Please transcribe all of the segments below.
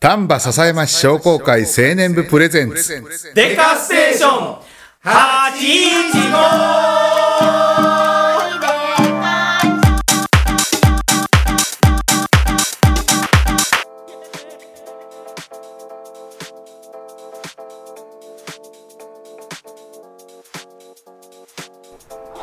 丹波篠山市商工会青年部プレゼンツ。デカステーション8インチ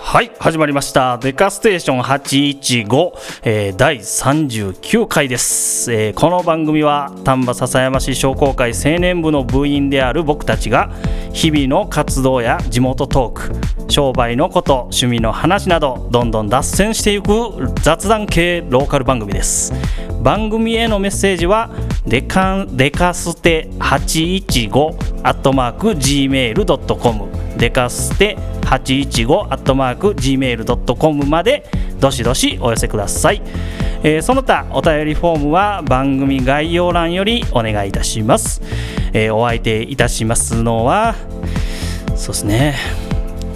はい始まりました「デカステーション815」えー第39回です、えーこの番組は丹波篠山市商工会青年部の部員である僕たちが日々の活動や地元トーク商売のこと趣味の話などどんどん脱線していく雑談系ローカル番組です番組へのメッセージはデカデカステ815アットマーク Gmail.com デカステ815アットマーク Gmail.com までどしどしお寄せください、えーその他お便りフォームは番組概要欄よりお願いいたします、えーお相手いたしますのはそうですね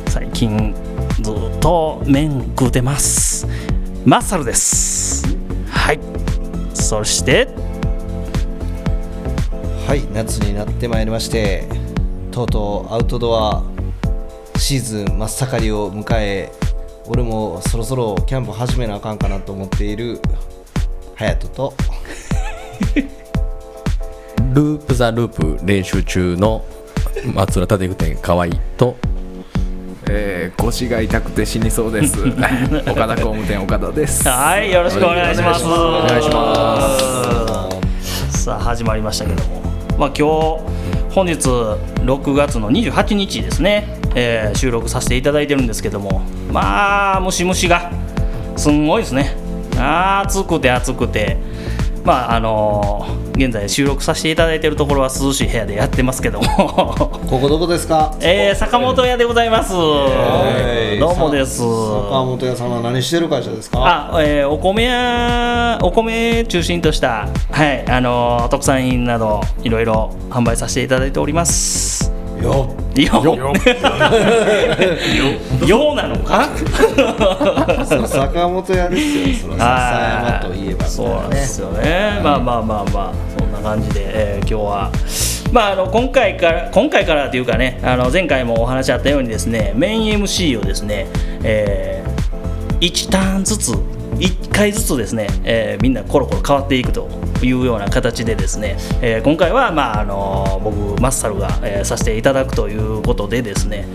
最近ずっと麺食うてますマッサルですはいそしてはい夏になってまいりましてとうとうアウトドアシーズン真っ盛りを迎え俺もそろそろキャンプ始めなあかんかなと思っている隼人とループ・ザ・ループ練習中の松浦立久店河合とえー、腰が痛くて死にそう です。岡田工務店岡田です。はいよろしくお願いしますお願いしまさあ始まりましたけども、まあ、今日本日6月の28日ですね、えー収録させていただいてるんですけどもまあムシムシがすんごいですね暑くて暑くてまああのー現在収録させていただいてるところは涼しい部屋でやってますけども ここどこですかえー坂本屋でございます、どうもですさ坂本屋さんは何してる会社ですかあ、えーお米やお米中心としたはいあのー特産品などいろいろ販売させていただいております。よっよよよなのか？そら坂本屋ですよそらは笹山といえばみそうたないんですよね、まあまあまあまあそんな感じで、えー今日はまああの今回から今回からというかねあの前回もお話あったようにですねメイン MC をですね、え1ターンずつ1回ずつですね、えーみんなコロコロ変わっていくというような形でですね、えー今回は、まああの僕マッサルが、えーさせていただくということでですね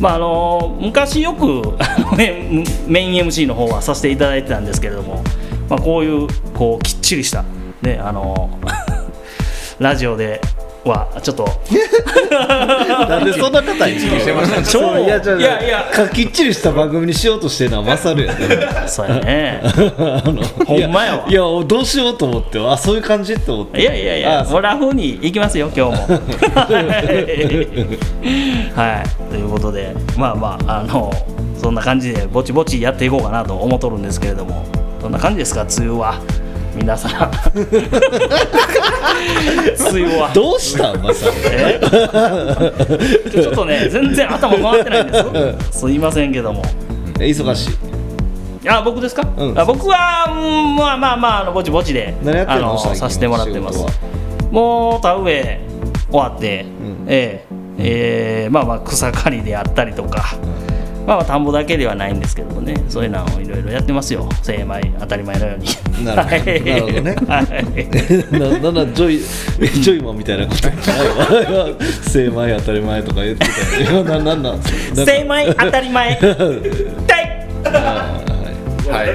まああの昔よくあのメインメイン MC の方はさせていただいてたんですけれども、まあ、こういうこうきっちりした、ねあの ラジオではちょっとななんでそんな方にしてました超いやじゃあいやいやかきっちりした番組にしようとしてるのは勝るやねそうやねほんまやわいやいやどうしようと思ってあそういう感じと思っていやいやいや、あもうラフに行きますよ、今 日も。はい、ということで、まあまあ、あの、そんな感じで、ぼちぼちやっていこうかなと思っとるんですけれども。どんな感じですか、梅雨は。皆さん。 梅雨は。どうしたんまさえ ちょっとね、全然頭回ってないんです。すいませんけども。忙しいあ、僕ですか。うんあ僕は、うんまあまあまあ、あの、ぼちぼちで。何やってんあの最近させてもらってま仕す事は。もう田植え終わって、んえええーまあまあ草刈りであったりとか、まあまあ田んぼだけではないんですけどもねそういうのをいろいろやってますよ精米当たり前のようになるほはどいなるほどね はいななんなんジョイジョイマンみたいなことないわ精米当たり前とか言ってたよななんなん精米当たり 前痛いはい。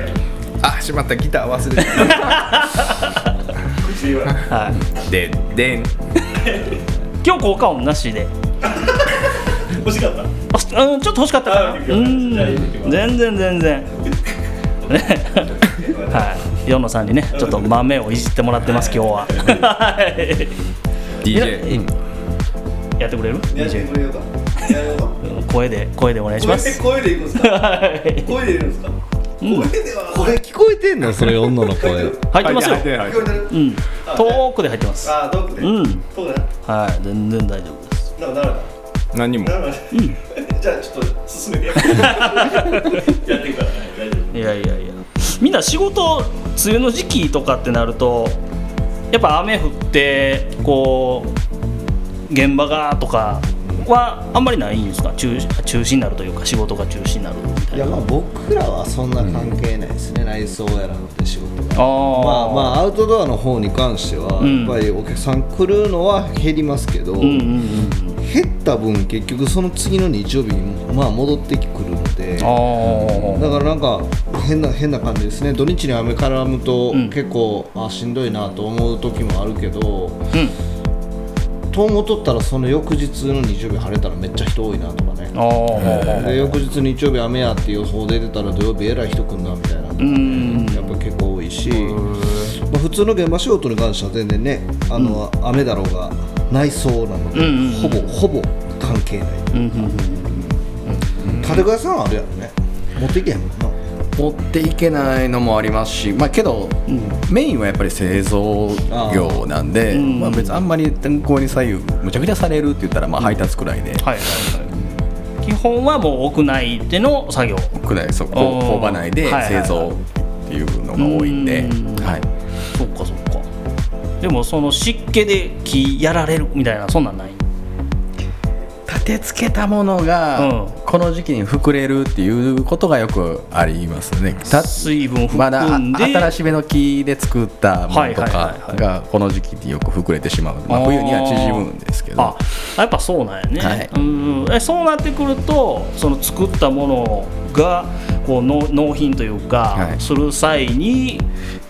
あ、しまった、ギター忘れてはた。で、でん。い今日効果音なしで 欲しかったうんちょっと欲しかったかなうん全然全然ね はい与野さんにねちょっと豆をいじってもらってます今日 ははい DJ。やってくれるやってくれよか声で声でお願いします 声でいくんですか声でこれ聞こえてんのそれ女の声入ってますよ、はいはいはいうん、遠くで入ってますあどこで、うんどこだはい全然大丈夫ですなんかなる何も。なるじゃあちょっと進めてやっていくから、ね、大丈夫いやいやいやみんな仕事梅雨の時期とかってなるとやっぱ雨降ってこう現場がとかはあんまりないんですか中中止になるというか仕事が中止になるみたいいなやまあ僕らはそんな関係ないですね、内装やらのって仕事があーまあまあアウトドアの方に関しては、うんやっぱりお客さん来るのは減りますけど、うんうんうん減った分結局その次の日曜日にまあ戻ってくるのであーだからなんか変な変な感じですね土日に雨絡むとうん結構、あしんどいなと思う時もあるけどうんトンボ取ったらその翌日の日曜日晴れたらめっちゃ人多いなとかねあーで翌日日曜日雨やって予報出てたら土曜日えらい人来んなみたいなのとかうんねやっぱ結構多いし、まあ、普通の現場仕事に関しては全然ねあの、雨だろうが内装なので、うんうんうんほぼほぼ関係ないうんうんうん建具屋さんはあるやろね持っていけへんもんな持っていけないのもありますし、まあ、けど、メインはやっぱり製造業なんでまあ、別にあんまり天候に左右むちゃくちゃされるって言ったらまあ配達くらいで、はいはいはい基本はもう屋内での作業くらいそうおー工場内ではいはいは製い造っていうのが多いんで、うんはい、そっかそっかでもその湿気で木やられるみたいなそんなんない立て付けたものが、うんこの時期に膨れるっていうことがよくありますね。た水分まだ含んで、新しめの木で作ったものとはいかはいはいがこの時期によく膨れてしまうので、まあ、冬には縮むんですけどあやっぱそうなんやね、はいうんえそうなってくるとその作ったものがこうの納品というか、はいする際に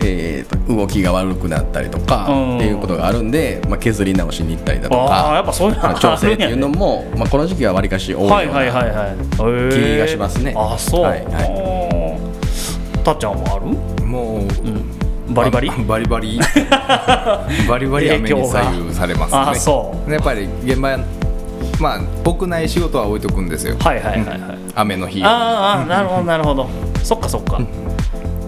えーと動きが悪くなったりとかうんっていうことがあるんで、まあ、削り直しに行ったりだとああやっかぱそういうのまあが調 あるん整やってねいうのも、まあ、この時期はわりかし多いような、はいはいはいはいへ気えがしますねあそう、はいはいあーたっちゃんはあもう、るバリバリあバリ バリバリバリ雨に左右されますねああそうでやっぱり現場まあ屋内仕事は置いとくんですよはいはいはいはい、雨の日あーあーなるほどなるほどそっかそっか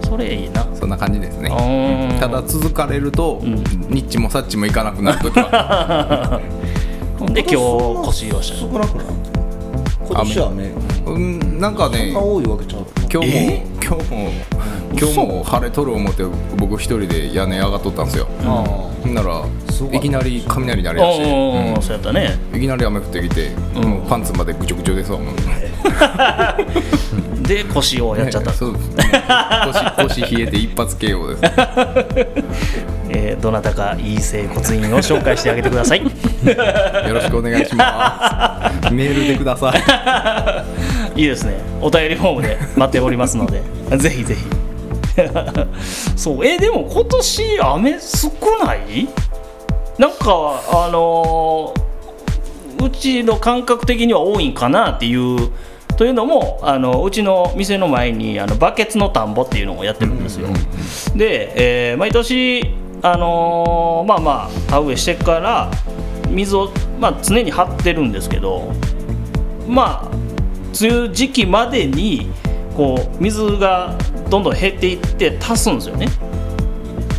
それいいなそんな感じですねあーただ続かれると、んニッチもサッチも行かなくなるときはほんで今日腰をした少なくない今年は雨うんなんかねが多いわけちゃう今日も今日も今日も晴れとる思って僕一人で屋根上がっとったんですよあほんならすごかったいきなり雷鳴りだし、おおそうやったねうんいきなり雨降ってきて、もうパンツまでぐちょぐちょですわもうで腰をやっちゃった、 そうもう腰腰冷えて一発 KO ですえーどなたかいい整骨院を紹介してあげてくださいよろしくお願いしますメールでくださ いいいですねお便りフォームで待っておりますので ぜひぜひそうえーでも今年雨少ないなんかあのーうちの感覚的には多いんかなっていうというのもあのうちの店の前にあのバケツの田んぼっていうのをやってるんですよ、で、えー毎年あのーまあまあ田植えしてから水を、まあ、常に張ってるんですけどまあ梅雨時期までにこう水がどんどん減っていって足すんですよね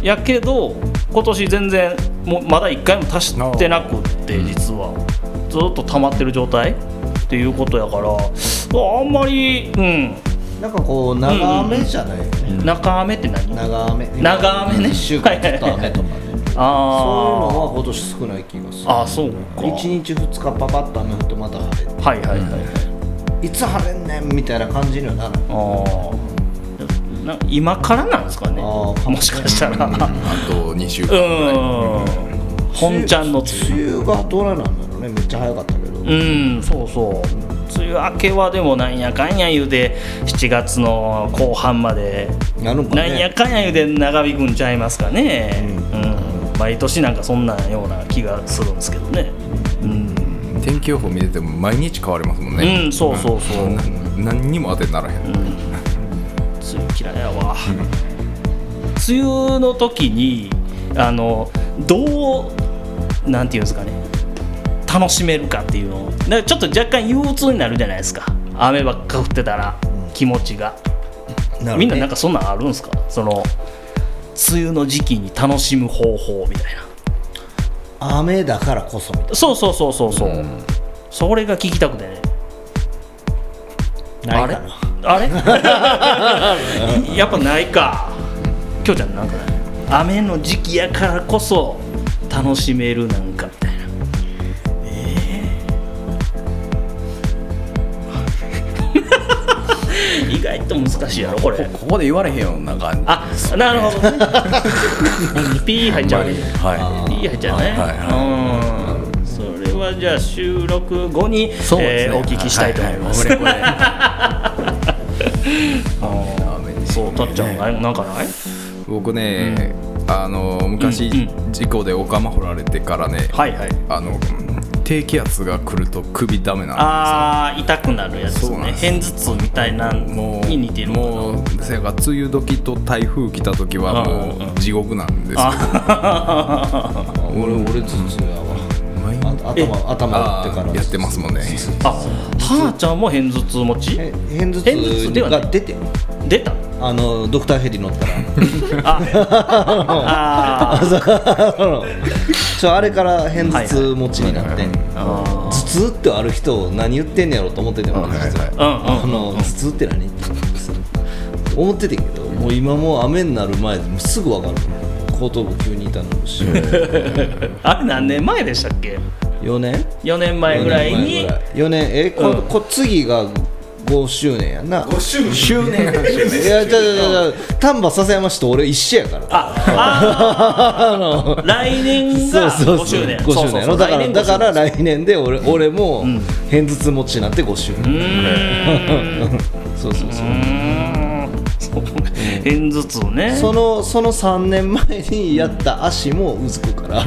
やけど今年全然もうまだ1回も足してなくって実はずっと溜まってる状態っていうことやからあんまりうんなんかこう長雨じゃないよね、中雨って何長雨長雨ね1週間ちょっと雨とかねそういうのあは今年少ない気がするああそうか1日2日パパッと雨降ってまた晴れはいはいはい、いつ晴れんねんみたいな感じにはならないああな今からなんですかねあーもしかしたらうあと2週間ん本ちゃんの梅雨梅雨がどれなんだろうねめっちゃ早かったけど、うんそうそう梅雨明けはでもなんやかんや言うて7月の後半までやるんかなんやねかんや言うて長引くんちゃいますかねうん、毎年なんかそんなんような気がするんですけどねうん、天気予報見てても毎日変わりますもんねうん、そうそうそう、な何にも当てにならへん、梅雨嫌いやわ梅雨の時にあのどうなんていうんですかね楽しめるかっていうのをなんかちょっと若干憂鬱になるじゃないですか雨ばっか降ってたら気持ちが、るほどねみんななんかそんなんあるんですかその梅雨の時期に楽しむ方法みたいな雨だからこそみたいそうそうそうそうそう、それが聞きたくてねなないかなあれやっぱないかきょうちゃんなんかない雨の時期やからこそ楽しめるなんかみたいなえ ー意外と難しいやろこれここで言われへんような感じあな るほどねピー入っちゃうねはいいいやじゃね、はいうんそれはじゃあ収録後に、そうでえーすねお聞きしたいと思います、はいはいはいそうたっちゃんななんかない僕ね、あの昔、うん事故でお釜掘られてからね、はいはいあの低気圧が来ると首ダメなんあー痛くなるやつそうなんねです片頭痛みたいなですものうに似てるのかなもうせやから梅雨時と台風来た時はうんうもんうんう地獄なんですよあ俺俺頭痛やわあ頭頭打ってかあらやってますもんねあはなちゃんも片頭痛持ちえ片頭片頭痛で痛はないが出て出たあのドクターヘリ乗ったらあー ちょあれから片頭痛持ちになってん頭痛ってある人何言ってんねやろと思ってて俺実うはんあの頭痛って何って思っててんけどもう今もう雨になる前もうすぐ分かる後頭部急に痛なるしうんあれ何年前でしたっけ4年4年前ぐらいに4年えこ,、こ次が5周年やんな5周年いやじゃじゃじゃ丹波篠山市と俺一緒やからああ来年そうがそうそ5う周年5周年やろだからだから来年で俺俺も片頭痛持ちになって5周う年ーんそうそうそううーん そう片頭痛ねそのその3年前にやった足もうずくから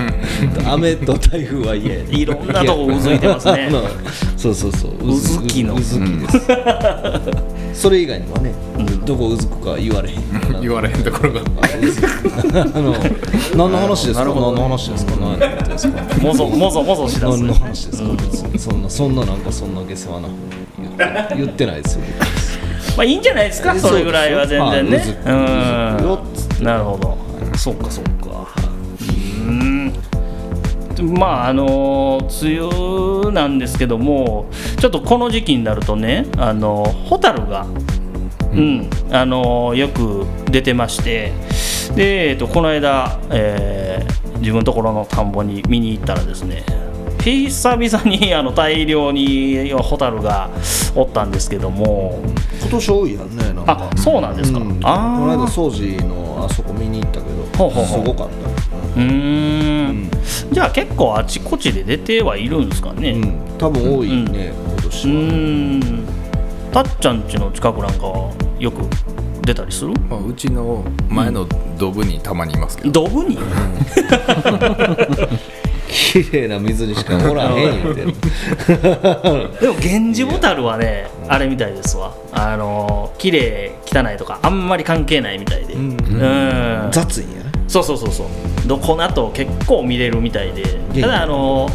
雨と台風は嫌やねいろんなとこうずいてますね あのそうそうそううずきのうずき ですそれ以外にもねどこうずくか言われへんから言われへんところが あの何の話ですか何の話ですか何のことですかもぞもぞもぞしだす何の話ですか、そんなそんななんかそんな下世話な言って言ってないですよまあいいんじゃないですかえそれぐらいは全然ねそうですうよまあうずうずんなるほどそうかそうかうーんまああの梅雨なんですけどもちょっとこの時期になるとねあのホタルがうん、あのーよく出てましてで、えっと、この間、えー自分のところの田んぼに見に行ったらですね久々にあの大量にホタルがおったんですけども今年多いやんねなんかあそうなんですか、うんこあの間ー掃除のあそこ見に行ったけどほうほうほうすごかったうーんじゃあ結構あちこちで出てはいるんですかねうん多分多いね、今うー年は、んたっちゃん家の近くなんかはよく出たりするまあうちの前のドブにたまにいますけど、ドブに綺麗な水にしかおらへん 言うてるでも源氏ボタルはねあれみたいですわあのー綺麗汚いとかあんまり関係ないみたいでうん、雑いんやねそうそうそうそうどこなと結構見れるみたいで気ただあのー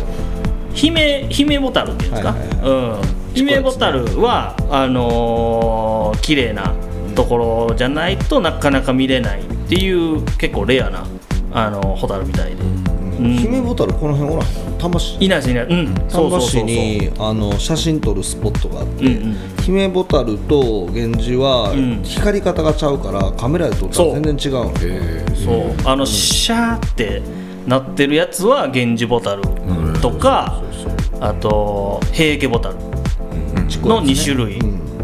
姫姫ボタルっていうんですか、はいはいうん、姫ボタルはあのー綺麗なところじゃないとなかなか見れないっていう結構レアなあのーホタルみたいで、うん姫ボタルこの辺おらへん丹波市いないですいないうんそ丹うそうそ波うそ市うにあの写真撮るスポットがあって、うんうん姫ボタルと源氏はん光り方がちゃうからカメラで撮ったら全然違うのそうあのシャーってなってるやつは源氏ボタルとかあと平家ボタルの2種類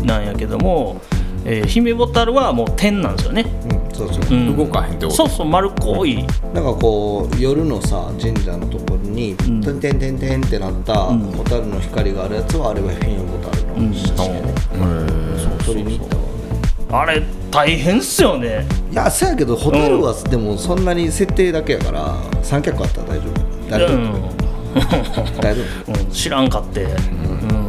なんやけども、えー姫ボタルはもう点なんですよね、うんそうそううん動かへんってことそうそう丸っこいなんかこう夜のさ神社のところに「てんてんてんてん」ってなったホタルの光があるやつはあれはフィンボタルの写真やね撮りに行ったわあれ大変っすよねいやそやけどホタルはでもそんなに設定だけやから三脚あったら大丈夫大う丈ん夫大丈うん知らんかって、うん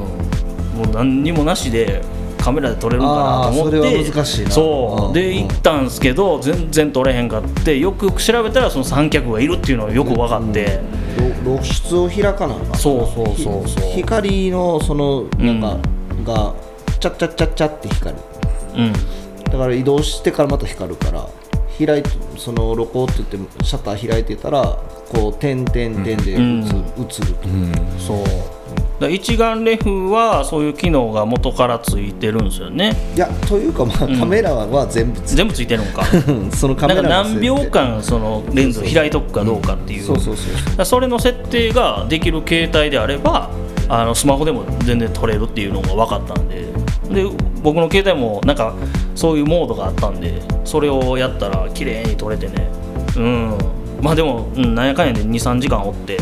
もう何にもなしでカメラで撮れるんかなと思ってあーそれは難しいなそう、うんでうん行ったんですけど全然撮れへんかってよくよく調べたらその三脚がいるっていうのがよく分かって、夫ろ露出を開かなあかんなそうそうそうそうひ光のそのなんかがチャッチャッチャッチャって光るうんだから移動してからまた光るから開いてその露光って言ってシャッター開いてたらこう点点点で映,、映ると、そうら一眼レフはそういう機能が元からついてるんですよねいやというかまあカメラは全部つ、全部ついてるのかうんそ のカメなんラかの設何定秒間そのレンズを開いとくかどうかっていうそうそうそうだからそれの設定ができる携帯であればあのスマホでも全然撮れるっていうのが分かったんでで僕の携帯もなんかそういうモードがあったんでそれをやったら綺麗に撮れてねうんまあでも、うん、なんやかんやで23時間おって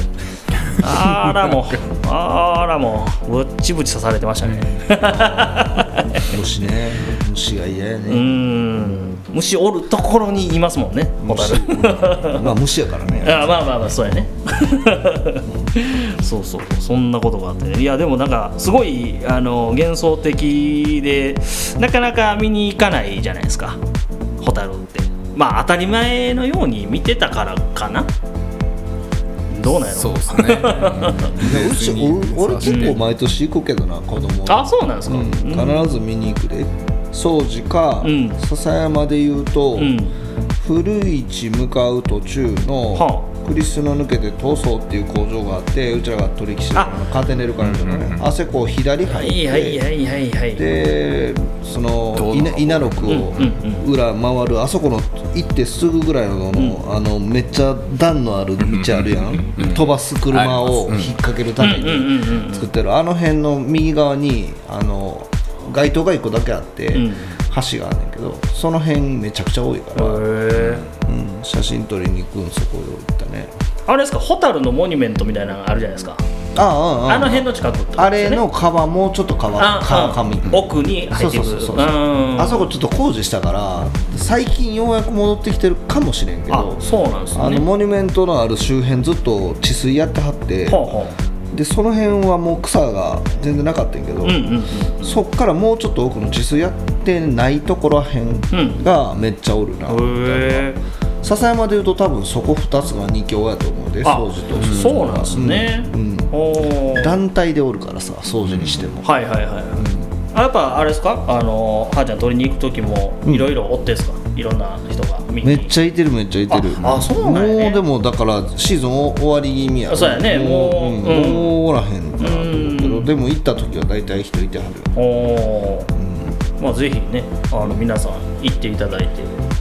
あらもうあらもうぶっちぶち刺されてましたね 虫ね虫が嫌やうね、ん虫おるところにいますもんねホタルまあ虫やからねあまあまあまあそうやね そうそうそんなことがあっていやでもなんかすごいあの幻想的でなかなか見に行かないじゃないですかホタルってまあ当たり前のように見てたからかなどうなんやろそうですね いやうちお俺結構毎年行くけどな子供あそうなんですかううんん、必ず見に行くで掃除か、うん笹山で言うと、うん古市向かう途中のはクリスの抜けて塗装っていう工場があってうちらが取引してたのカーテンレールからとかね、あそこを左入はって、いはいはいはいはいでそのどう稲稲六をうんうん裏回るあそこの行ってすぐぐらいのの,、あのめっちゃ段のある道あるやん、飛ばす車を引っ掛けるためうんうんうんうに作ってるあの辺の右側にあの街灯が1個だけあって、ん橋があるんだけどその辺めちゃくちゃ多いから、うんへえ写真撮りに行くんそこ行ったねあれですかホタルのモニュメントみたいなのあるじゃないですかあああああの辺の近くってことですよねあれの川もうちょっと川あ川あ上奥に入そうってそいうくそうそう、んあそこちょっと工事したから最近ようやく戻ってきてるかもしれんけあどそうなんですねあのモニュメントのある周辺ずっと治水やってはってほうほでその辺はもう草が全然なかったんやけど、ううんうんそっからもうちょっと奥の治水やってないところらへんがめっちゃおるな、うんへえ笹山でいうと多分そこ2つが2強やと思うであ掃除とそうなんですねうんうんおー団体でおるからさ掃除にしても、はいはいはいあやっぱあれですかあのはーちゃん取りに行く時もいろいろ追ってですかいろんな人が見にめっちゃいてるめっちゃいてるああそうなんやねもうでもだからシーズンお終わり気味やろそうやねもううんうんもうおらへんかなと思うけどでも行った時は大体人いてはるよおーまあぜひねあの皆さん行っていただいて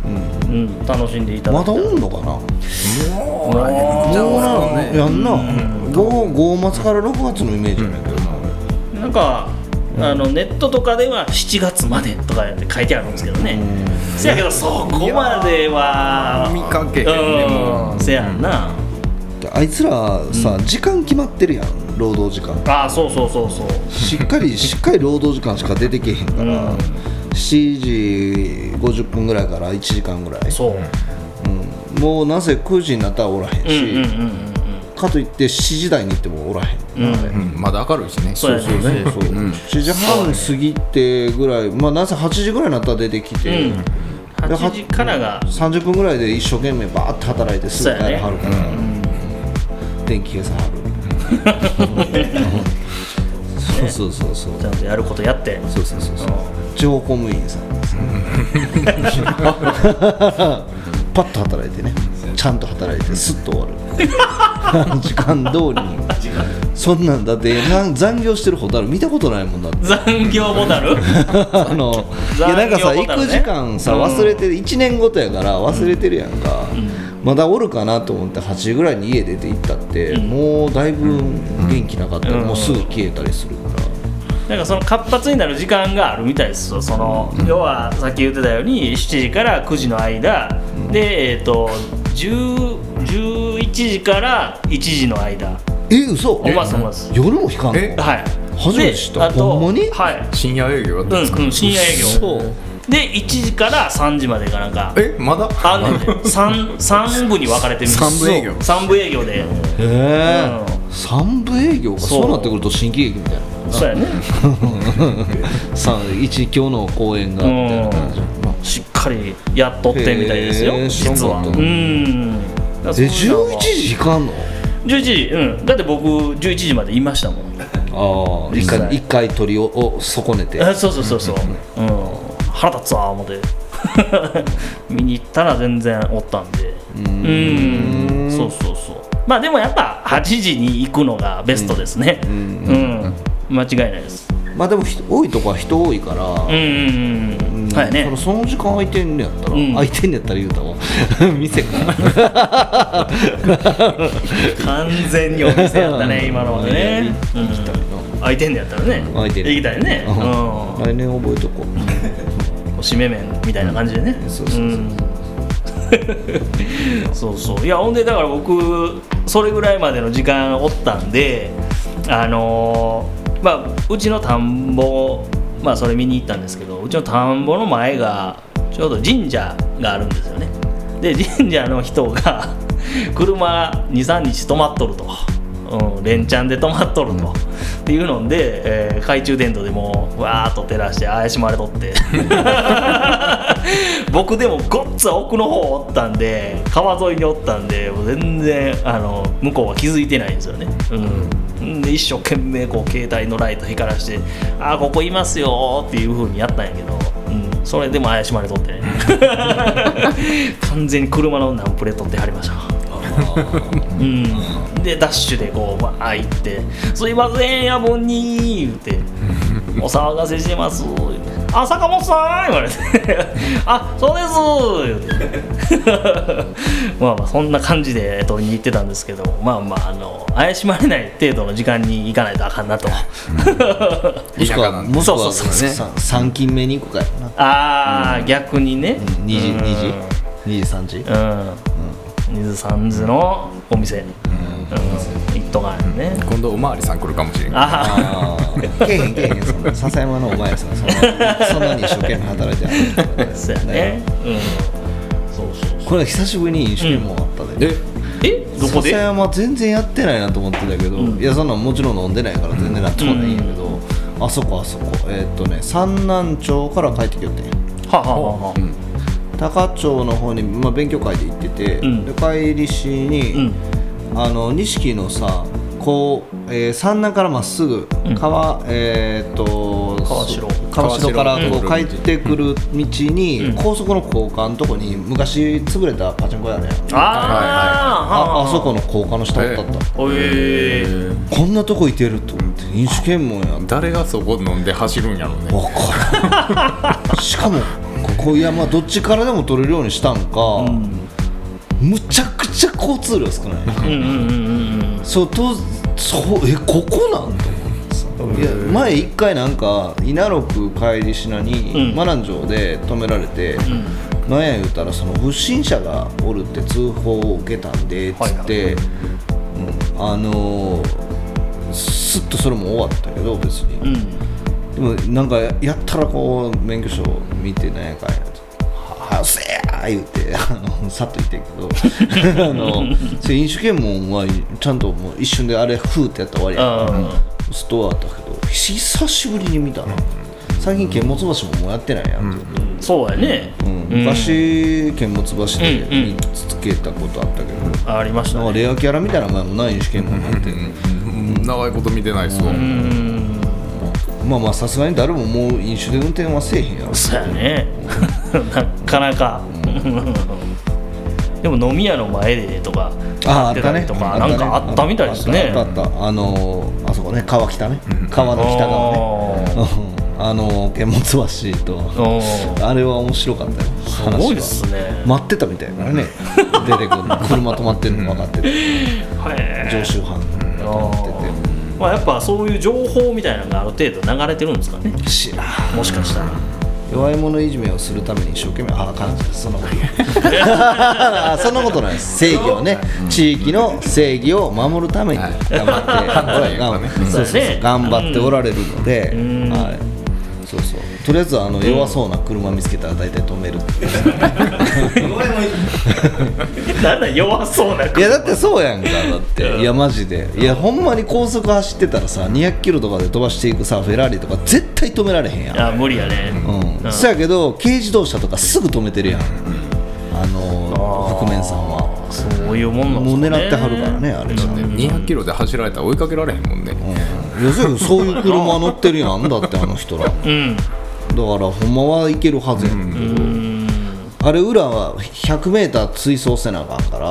うん楽しんでいただまいてだおんのかなおらへんじゃんおらんやんな5 5月から6月のイメージやねんけどななんか、あのネットとかでは7月までとかって書いてあるんですけどね、せやけどそこまでは見かけへんねうんせやんな、であいつらさ時間決まってるやん労働時間ああそうそうそうそうしっか りしっかり労働時間しか出てけへんから7時50分ぐらいから1時間ぐらいそうもうなぜ9時になったらおらへんうんうんうんうしんかといって7時台に行ってもおらへんうんまだ明るいしねそうやねそう7時半過ぎてぐらい、まあ、なぜ8時ぐらいになったら出てきて、うん8時からが30分ぐらいで一生懸命バーって働いてすぐ帰らはるから、電気消さはる、 そうそうそうそうちゃんとやることやってそうそうそうそう地方公務員さんですねパッと働いてねちゃんと働いてスッと終わる 時間通りにそんなんだってなん残業してるホタル見たことないもんだって残業ボタ ル あのい残や業なんかさ、ボ行タンねく時間さ忘れてる1年ごとやから忘れてるやんか、まだおるかなと思って8時ぐらいに家出て行ったって、もうだいぶ元気なかったら、もうすぐ消えたりするかなら、んかその活発になる時間があるみたいですよその、要はさっき言ってたように7時から9時の間、でえっ、と10 11時から1時の間え嘘おますおます夜も引かんのえはい初めて知ったであとほんまにはい深夜営業やったんですか、うんうん深夜営業で1時から3時までかなんかえまだあんねんね 3, 三部に分かれてるんです三部営業3部営業で、へえう三部営業がそうそうなってくると新喜劇みたいなそうやねさ一今日の公演がみたいな感じ、ましっかりやっとってみたいですよへー実は知らんかうったんだからあそうでいうのは11時引かんの11時うんだって僕11時までいましたもんああ一回一回鳥をを損ねてあ そうそうそうそう、うん、腹立つわ思って 見に行ったら全然おったんでうんそうそうそうまあでもやっぱ8時に行くのがベストですねうん間違いないですまあでも人多いとこは人多いから、うんうんうんうんうんはいねそのその時間空いてんねやったら、うん空いてんねやったら言うたわ 店か完全にお店やったね今のはね、うん、開いてんのやったらね空いてる行きたいね、うん来年覚えとこうおしめ麺みたいな感じでね、うん、そうそうそうそうそういやほんで だから僕それぐらいまでの時間おったんであのーまあうちの田んぼまあそれ見に行ったんですけどうちの田んぼの前がちょうど神社があるんですよねで神社の人が 車23日止まっとると。うん、連チャンで止まっとると、っていうので、えー懐中電灯でもうわーっと照らして怪しまれとって 僕でもごっつ奥の方おったんで川沿いにおったんでもう全然あの向こうは気づいてないんですよね、うん、で一生懸命こう携帯のライト光らして「あーここいますよ」っていう風にやったんやけど、うん、それでも怪しまれと ってね完全に車のナンプレ取ってはりましたうん、でダッシュでこうわー行って「すいませんやぼんに」言う て「お騒がせしてます」言うて「あ坂本さん」言われて「あそうです」言うて まあまあそんな感じで取りに行ってたんですけどまあまああの怪しまれない程度の時間に行かないとあかんなともしくはもしくはそうそうそうさ3勤目に行くかやな あー逆にね、 2時2時2時3時、うん水サンズのお店、うん、行っとかんね、今度おまわりさん来るかもしれんあははああけえへんけえへんそんな笹山のお前らさんそんなそんなに一生懸命働いてはるそうやね。うん。そうそうそう。これ久しぶりに飲酒もあったで、ええ、どこで笹？山全然やってないなと思ってたけど、いやそんなんもちろん飲んでないから全然なんともないんやけど、あそこあそこえーっとね三南町から帰ってきよってはあはあはあ。高町の方に、まあ、勉強会で行ってて、んで帰りしに、あの錦のさこう、えー山南からまっすぐ川、えーっと川代そ川代からこう帰ってくる道に、高速の高架のとこに昔潰れたパチンコ屋あるやんああ、はあはあそこの高架の下だった、おえー。こんなとこいてると思って飲酒検問やん誰がそこ飲んで走るんやろうねわからんしかもここいやまあどっちからでも取れるようにしたんか、むちゃくちゃ交通量少ないうんうんうんうんうん。そうとそうえここなんと思ってさいや前一回なんか稲六帰りしなに、うんマランジョで止められて、なんや言うたらその不審者がおるって通報を受けたんでっつって、うんあのーすっとそれも終わったけど別に、うん。でもなんかやったらこう免許証見てなんやかんやと「ははせや!」言うてあの さっと言ってんけど あのそう飲酒検問はちゃんともう一瞬であれふーってやったら終わりやあからストアだったけど久しぶりに見たな最近剣持橋ももうやってないやん、うんあ、そうやね。昔剣持橋でうんうん見つけたことあったけど、ありましたなんかね。レアキャラみたいな前もない飲酒検問になってる、長いこと見てないっすわうん。まあまあさすがに誰ももう飲酒で運転はせえへんやろそうやね。 なかなか。 でも飲み屋の前でとかああやあっってたたねりとかなんかあったみたいですあっね。たあったあったあのーあそこね川北ね川の北側ねあうんあのー剣持橋ーとおーあれは面白かったよすごいですね話は。待ってたみたいだからね出てくるの車止まってるの分 かっててはい。常習犯だと思っまあやっぱそういう情報みたいなのがある程度流れてるんですかねてて知らんもしかしたら弱い者いじめをするために一生懸命ああ感じですそんなこと ないそんなことないです正義をね地域の正義を守るために頑 張ってそうそうそうそうですね頑張っておられるので、はい、そうそうとりあえずあの弱そうな車見つけたら大体止めるっていうなんだ弱そうないやだってそうやんかだっていやマジでいやほんまに高速走ってたらさ200キロとかで飛ばしていくさフェラーリとか絶対止められへんやんあ無理やねうんそやけど軽自動車とかすぐ止めてるやん、あの覆面さんはそういうもんなんもうですか狙ってはるからねあれちゃんと、 200キロで走られたら追いかけられへんもんねうん、要するにそういう車乗ってる やんだってあの人らだかうんらほんまはいけるはずやん、うんあれ裏は 100m 追走せなあかんから、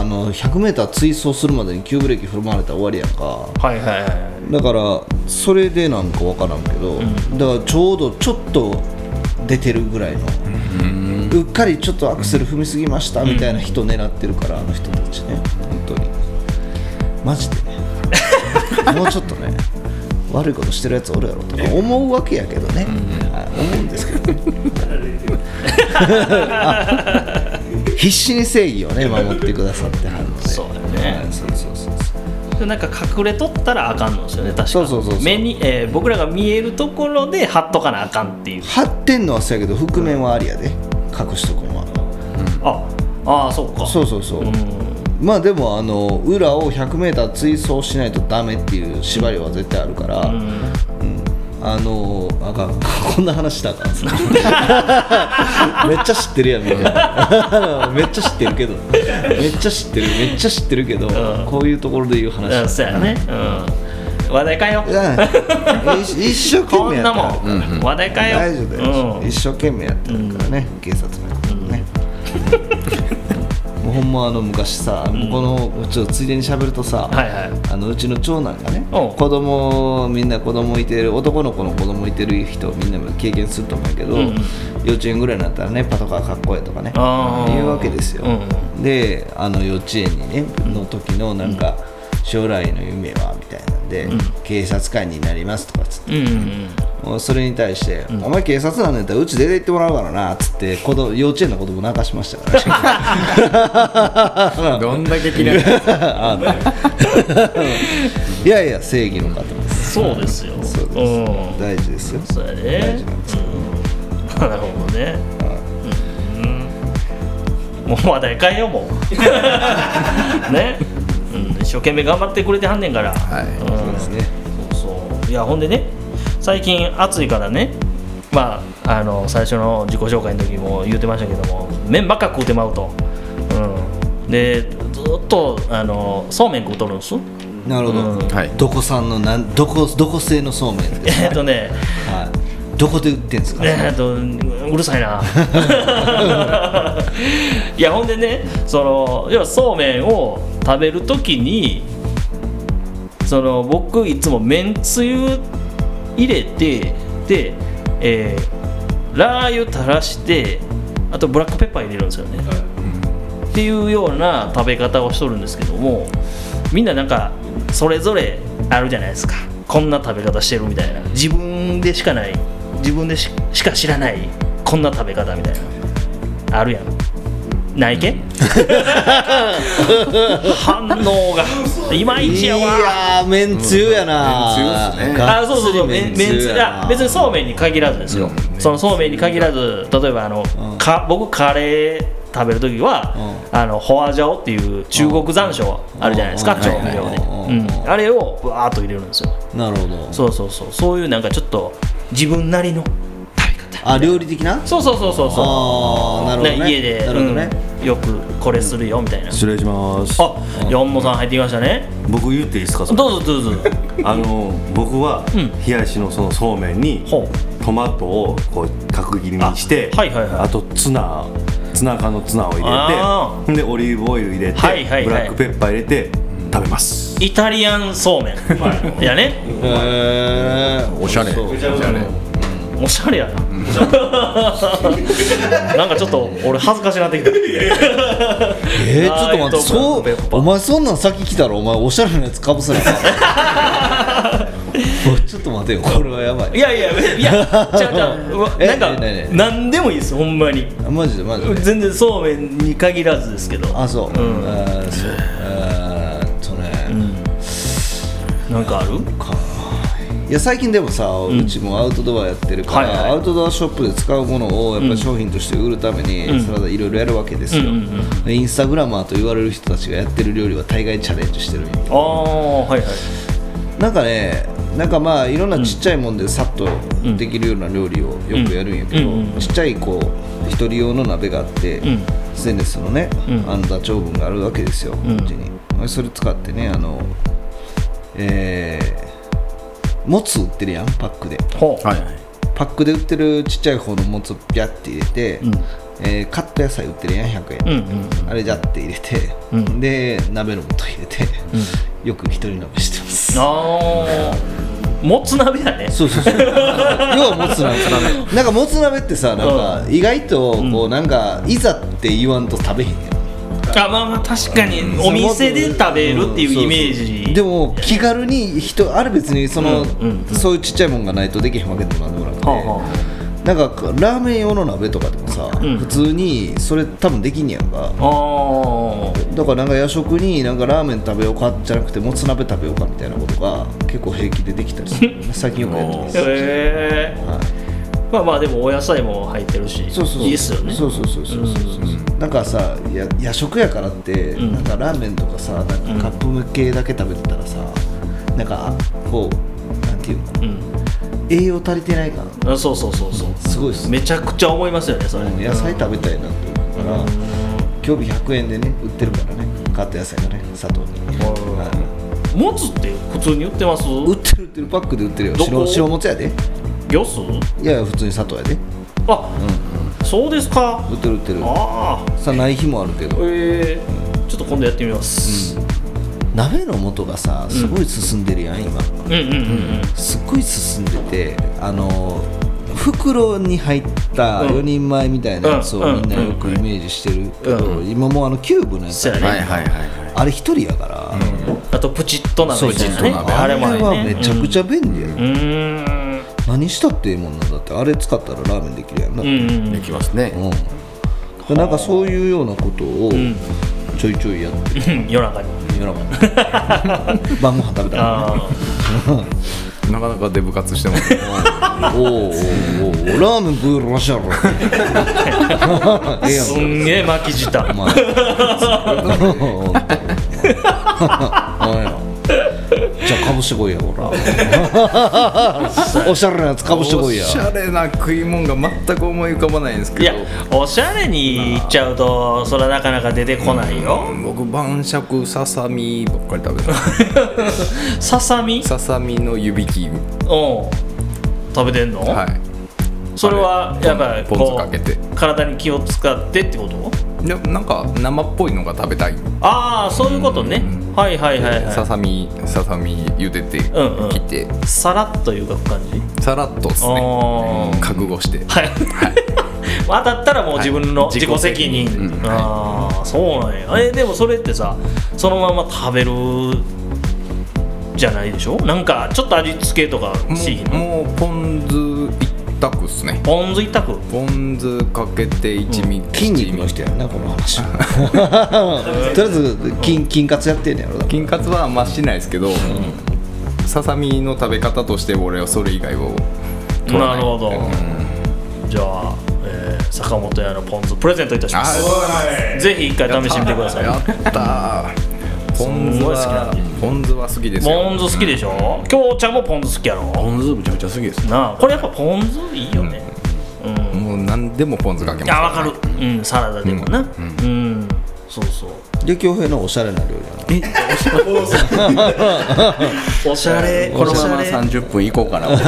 あの 100m 追走するまでに急ブレーキ振る舞われたら終わりやんかはいはいはいだからそれでなんかわからんけど、だからちょうどちょっと出てるぐらいの、うっかりちょっとアクセル踏みすぎましたみたいな人狙ってるから、あの人たちね本当にマジでね もうちょっとね悪いことしてるやつおるやろとか思うわけやけどね、はい思うんですけどね あ必死に正義をね守ってくださってはるのでそうだよねはいそうそうそうそうでなんか隠れとったらあかんのですよね確かそうそうそうそう目に、えー僕らが見えるところで貼っとかなあかんっていう貼ってんのはそうやけど覆面はありやで隠しとくんはああーそうかそうそうそう、んまあでもあの裏を 100m 追走しないとダメっていう縛りは絶対あるから、うんあのあかん こんな話したらあかんっすねめっちゃ知ってるやんみた いな めっちゃ知ってるけどめっちゃ知ってるめっちゃ知ってるけど、うんこういうところで言う話うんそうやねうん話題変えよう うんい一生懸こ命んやなったらもん話題変えよう大丈夫だよ、うん一生懸命やってるからね、警察の方もね、 もうほんまあの昔さ、このちょっとついでに喋るとさ、はいはいあのうちの長男がねおう子供みんな子供いてる男の子の子供いてる人みんなも経験すると思うけど、うんうん幼稚園ぐらいになったらねパトカーかっこええとかねあー言うわけですよ、うであの幼稚園にねの時のなんか、将来の夢はみたいなんで、警察官になりますとかっつってうんうんもうそれに対して、お前警察なんだったらうち出て行ってもらうからなっつって子供幼稚園の子供泣かしましたからねどんだけ嫌いあのいやいや正義の方ですそうですよそうです、うん大事ですよそうやね大事なんですようんなるほどねうんもう話題変えよう もうね、うん、一生懸命頑張ってくれて はんねんから、はいうんそうですねそうそういやほんでね最近暑いからねまああの最初の自己紹介の時も言ってましたけども麺ばっか食うてまうと、うん、でずっとあのそうめん食うとるんですなるほど、はいどこさんのなんどこどこ製のそうめんですえっか、とねはい、どこで売ってんですか、えーっとうるさいな いやほんでねその要はそうめんを食べるときにその僕いつもめんつゆ入れてで、えーラー油垂らしてあとブラックペッパー入れるんですよね、っていうような食べ方をしとるんですけどもみんななんかそれぞれあるじゃないですかこんな食べ方してるみたいな自分でしかない自分でししか知らないこんな食べ方みたいなあるやんないけ、 反応がいまいちやわやーめんつゆやな、うんめんつゆっすねがあっそうそうつりそうめんめんつゆやなあ別にそうめんに限らずですよ、そのそうめんに限らず例えばあの、か僕カレー食べる時は、あのホアジャオっていう中国山椒あるじゃないですか、うん調味料で、ううんんあれをバーっと入れるんですよなるほどそうそうそうそういうなんかちょっと自分なりの食べ方あ料理的なそうそうそうそうそうあーなるほどねね家でなるほどねうんよくこれするよみたいな、失礼しますあ四茂さん入ってきましたね僕言っていいですかそれどうぞどうぞ あの僕はうん冷やしのそのそうめんにほトマトをこう角切りにしてあはいはいはいあとツナツナ缶のツナをあ入れてでオリーブオイル入れてはいはいはいブラックペッパー入れて食べますイタリアンそうめんやねへーおしゃれぐちゃぐちゃねおしゃれやな、 なんかちょっと俺恥ずかしなってきたえー、ちょっと待ってあーえっそうお前そんなん先来たらお前おしゃれなやつかぶせるか おいちょっと待てよこれはやばいいやいやいや違う違ううわえなんかねえねえねえ何でもいいですほんまにマジでマジで全然そうめんに限らずですけどあそう、うんあーそうえーっとね、なんかあるいや最近でもさ、うちもアウトドアやってるから、はいはいアウトドアショップで使うものをやっぱり商品として売るために、サラダいろいろやるわけですうよ、んうんでインスタグラマーと言われる人たちがやってる料理は大概チャレンジしてるんよああはいはいなんかねなんかまあいろんなちっちゃいもんでさっとできるような料理をよくやるんやけど、うんうんちっちゃいこう一人用の鍋があって、んステンレスのね、うんあのダチョウ分があるわけですよ、んうちにそれ使ってねあのえー、もつ売ってるやんパックでほうはいパックで売ってるちっちゃい方のもつをピャって入れて、えーカット野菜売ってるやん100円、あれじゃって入れて、で鍋の素入れて、よく一人鍋してますあーもつ鍋やねそうそうそう要はもつ鍋なんかもつ鍋ってさなんか意外とこうなんかいざって言わんと食べへんやんあまあまあ確かにお店で食べるっていうイメージ、でも気軽に人あれ別にその、うんうんうんそういうちっちゃいもんがないとできへんわけでもなんでもなくて、はあはなんかラーメン用の鍋とかでもさ、ん普通にそれ多分できんねやんかあだからなんか夜食になんかラーメン食べようかじゃなくてもつ鍋食べようかみたいなことが結構平気でできたりする最近よくやって あへえますはいまあまあでもお野菜も入ってるしそうそうそういいっすよねそうそうそうそうそうそうなんかさや夜食やからって、んなんかラーメンとかさなんかカップ系だけ食べてたらさ、なんかあこうなんていうのかな、栄養足りてないかなあそうそうそうそうすごいっすねめちゃくちゃ思いますよねそれ、うん野菜食べたいなって思うから、今日日100円でね売ってるからねカット野菜がね佐藤に、はいもつって普通に売ってます売ってる売ってるパックで売ってるよどこ白白もつやで魚すいやいや普通に佐藤やであ、そうですか売ってる売ってるああさあない日もあるけどえー、ちょっと今度やってみます、鍋の素がさすごい進んでるやん今うん、うんうんうんすっごい進んでてあの袋に入ったうん4人前みたいなやつをうんみんなよくイメージしてるけど、う今もうあのキューブのやつそうやね、はいはいはいはいあれ一人やから、あとプチッと鍋みたいなねああれれもあはるねめちゃくちゃ便利や、うんうーん何したっていいもんなんだってあれ使ったらラーメンできるやんな、うんうんできますね、うんでなんかそういうようなことをちょいちょいやってる、うん夜中に夜中に晩ご飯食べたらねあなかなかデブ 活してますねおうおうおうおうラーメン食えるらしいやろあええやんすんげえ巻き舌まあ。じゃあかぶしてこいやほら おしゃれなやつかぶしてこいやおしゃれな食い物が全く思い浮かばないんですいけやどおしゃれにいっちゃうとそれはなかなか出てこないよ僕晩酌ささみばっかり食べ てますささみささみの湯引きうん食べてんの、はいそれはやっぱりポンこうポン酢かけて体に気を使ってってことでなんか生っぽいのが食べたいああそういうことねはいはいはいさはさみささみ茹でてんうん切って、いさらっというか感じさらっとですあねー覚悟してはい 当たったらもう自分のはい自己責任、自己責任うんああそうなんやえでもそれってさそのまま食べるじゃないでしょなんかちょっと味付けとかしひんのもうもうポン酢一択っすねポン酢一択ポン酢かけて一味、筋肉の人やなこの話 とりあえず筋筋活やってんねやろだから金カツはあんましないですけど、ささみの食べ方として俺はそれ以外を取らないるほど、うんじゃあ、えー坂本屋のポン酢プレゼントいたしまあすぜひ一回試してみてくださいやったーポン酢はすポン酢は好きですよポン酢好きでしょ京ちゃんもポン酢好きやろポン酢むちゃめちゃ好きですなあこれやっぱポン酢いいよねうん、もう何でもポン酢かけますあわかるうんサラダでもなうん、そうそうで京平のおしゃれな料理おしゃれこのまま30分いこうかなやな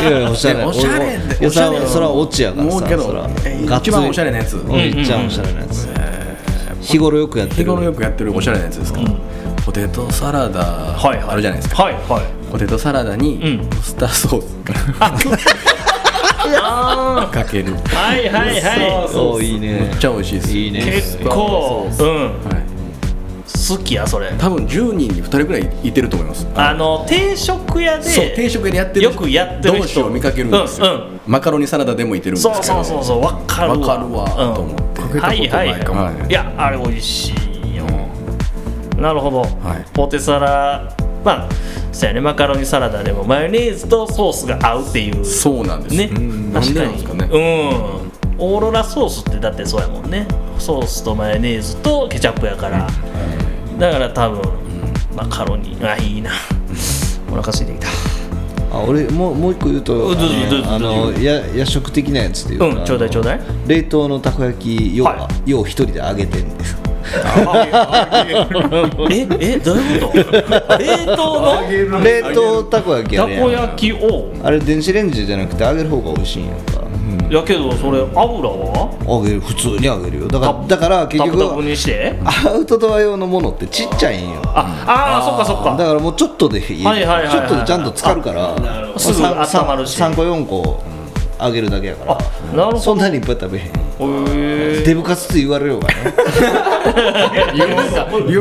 いやいやおしゃれおしゃれっていやそれおしゃはれそれはオチやからもうさけそれはどえがっつ一り番おしゃれなやつうんいっちゃんおしゃれなやつ日頃よくやってる日頃よくやってるおしゃれなやつですか、ポテトサラダはいはいあるじゃないですか、はいはいポテトサラダにうんウスターソースあ かけるめっーはいはいはおいいねちゃ美味しいですいいい結構うん好きやそれ多分10人に2人ぐらいいてると思いますあの定食屋でそう定食屋でやってるよくやってる人同士を見かけるんですよ、うんうんマカロニサラダでもいてるんですそけうどそうそうそうわかるわわかるわと思ってうんはいはいかもはいいやあれ美味しいよなるほど、いポテサラまあそうやねマカロニサラダでもマヨネーズとソースが合うっていうそうなんですねうんなん確でかなんでにすかねうんオーロラソースってだってそうやもんねソースとマヨネーズとケチャップやから、だから多分、マカロニあ いいなお腹空いてきたあ俺もうもう一個言うとうあんどうぞどうぞのあのや夜食的なやつで言うと、うんちょうだいちょうだいあの冷凍のたこ焼き要は、は要一人で揚げてんですええどういうこと 冷凍の冷凍たこ焼きたやこねん焼きをあれ電子レンジじゃなくて揚げる方が美味しいんやんか、やけどそれ油はあげる普通にあげるよだタからだから結タプタプ局にしてアウトドア用のものってちっちゃいんよああーそっかそっだかからもうちょっとでいい,、はいはいはいはいちょっとでちゃんと使うからすぐ温まるし3個4個あげるだけやからあなるほどそんなにいっぱい食べへんへえデブ活って言われようがね言わ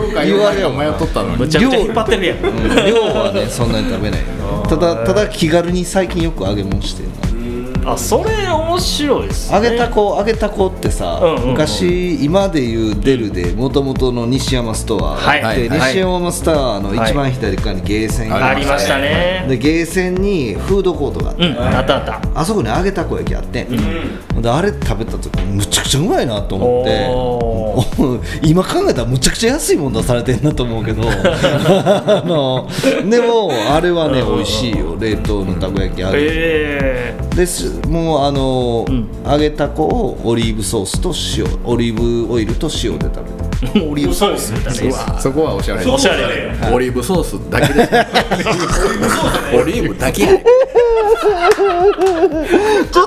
うか言われよ迷っとったのむにちゃくちゃ引っ張ってるやんうん量はねそんなに食べないただただ気軽に最近よく揚げ物してるなあそれ面白いですね揚げたこ揚げたこってさ、うんうんうん昔今でいうデルでもともとの西山ストアはいがあって、はいはい西山ストアの一番左側にゲーセンがあっりてましたねでゲーセンにフードコートがあって、うんあったあったあそこに揚げたこ焼きあってん、であれ食べた時むちゃくちゃうまいなと思ってお 今考えたらむちゃくちゃ安いもん出されてんなと思 うけどあのでもあれはね美味しいよ冷凍のたこ焼き揚げてええですもうあのん揚げたこをオリーブソースと塩オリーブオイルと塩で食べるー、オリーブソースみたいなそこはおしゃれおしゃれオリーブソースだけで すね オリーブだけやねちょ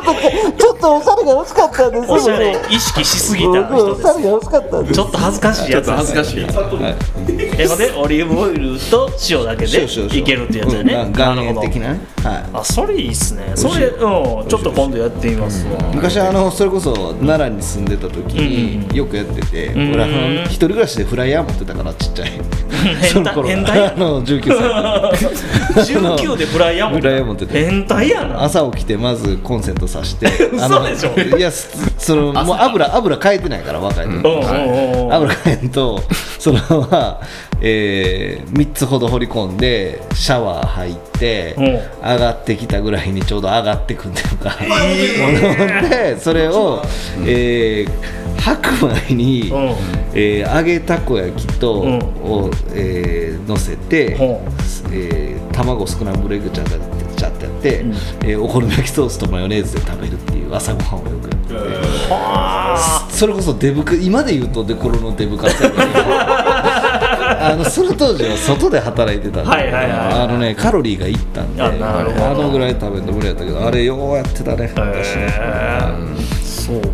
っとちょっとおしゃれが惜しかったんですおしゃれ意識しすぎた人ですれが惜しかったんでちょっと恥ずかしいやつですねしいえほんでオリーブオイルと塩だけでいけるってやつだよね、な岩る塩ほ的どなねはいあそれいいっすねそれうんちょっと今度やってみますわ、昔あのそれこそ奈良に住んでた時によくやってて、ん俺あの一人暮らしでフライヤー持ってたからちっちゃいそ変の態頃変態やあの19歳 19でフライヤーもフライヤー持ってて変態やな朝起きてまずコンセント挿して 嘘でしょあのいやすそのもう油油変えてないから若い時、うんうんうん油変えんとそのまま、えー、3つほど掘り込んでシャワー入って、うん上がってきたぐらいにちょうど上がってくんというか、 ほんでそれを、えー白米に、うんえー揚げたこ焼きと、うんを、えー乗せて、うんえー卵スクランブルエッグちゃってちゃってやって、んえーお好み焼きソースとマヨネーズで食べるっていう朝ごはんをよくやっててあそれこそデブク今で言うとデコロのデブ 活やけどあのその当時は外で働いてたんで、はいはいはいあのねカロリーがいったんであなるほどあのぐらい食べるの無理やったけどあれようやってたねー昔ねへーそうか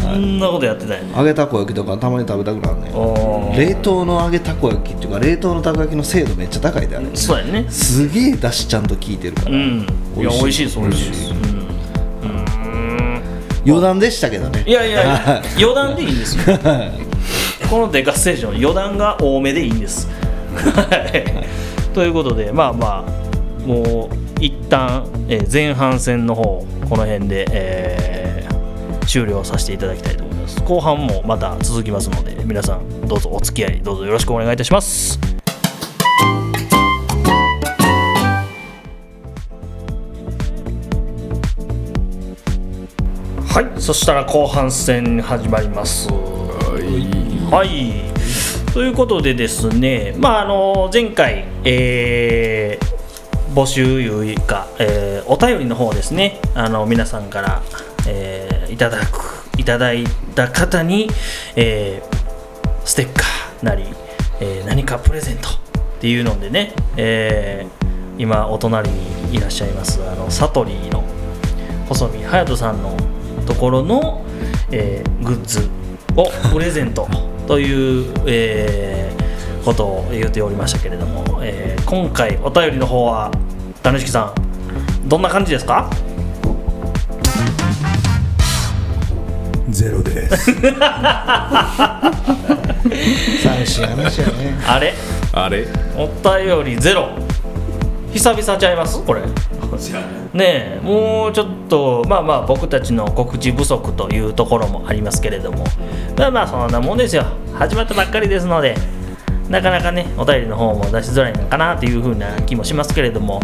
そんなことやってたよね、揚げたこ焼きとかたまに食べたくなるねおー冷凍の揚げたこ焼きっていうか冷凍のたこ焼きの精度めっちゃ高いであれそうやねすげえだしちゃんと効いてるかうら、んいや美美味味ししいいです美味しいですうん余談でしたけどねいやい や余談でいいんですよこのデカステーション余談が多めでいいんです はいということでまあまあもう一旦、えー前半戦の方この辺で、えー終了させていただきたいと思います後半もまた続きますので皆さんどうぞお付き合いどうぞよろしくお願いいたしますはいそしたら後半戦始まりますはいということでですねまああの前回えー募集いうか、えーお便りの方ですねあの皆さんから、えーいただくいただいた方に、えーステッカーなり、えー何かプレゼントっていうのでね、えー今お隣にいらっしゃいますあのサトリーの細見隼人さんのところの、えーグッズをプレゼン トという、えーことを言っておりましたけれども、えー今回お便りの方は種式さんどんな感じですかゼロです。寂しい話やねあれあれお便りゼロ久々ちゃいますこれねえもうちょっとまあまあ僕たちの告知不足というところもありますけれどもまあまあそんなもんですよ始まったばっかりですのでなかなかねお便りの方も出しづらいのかなというふうな気もしますけれども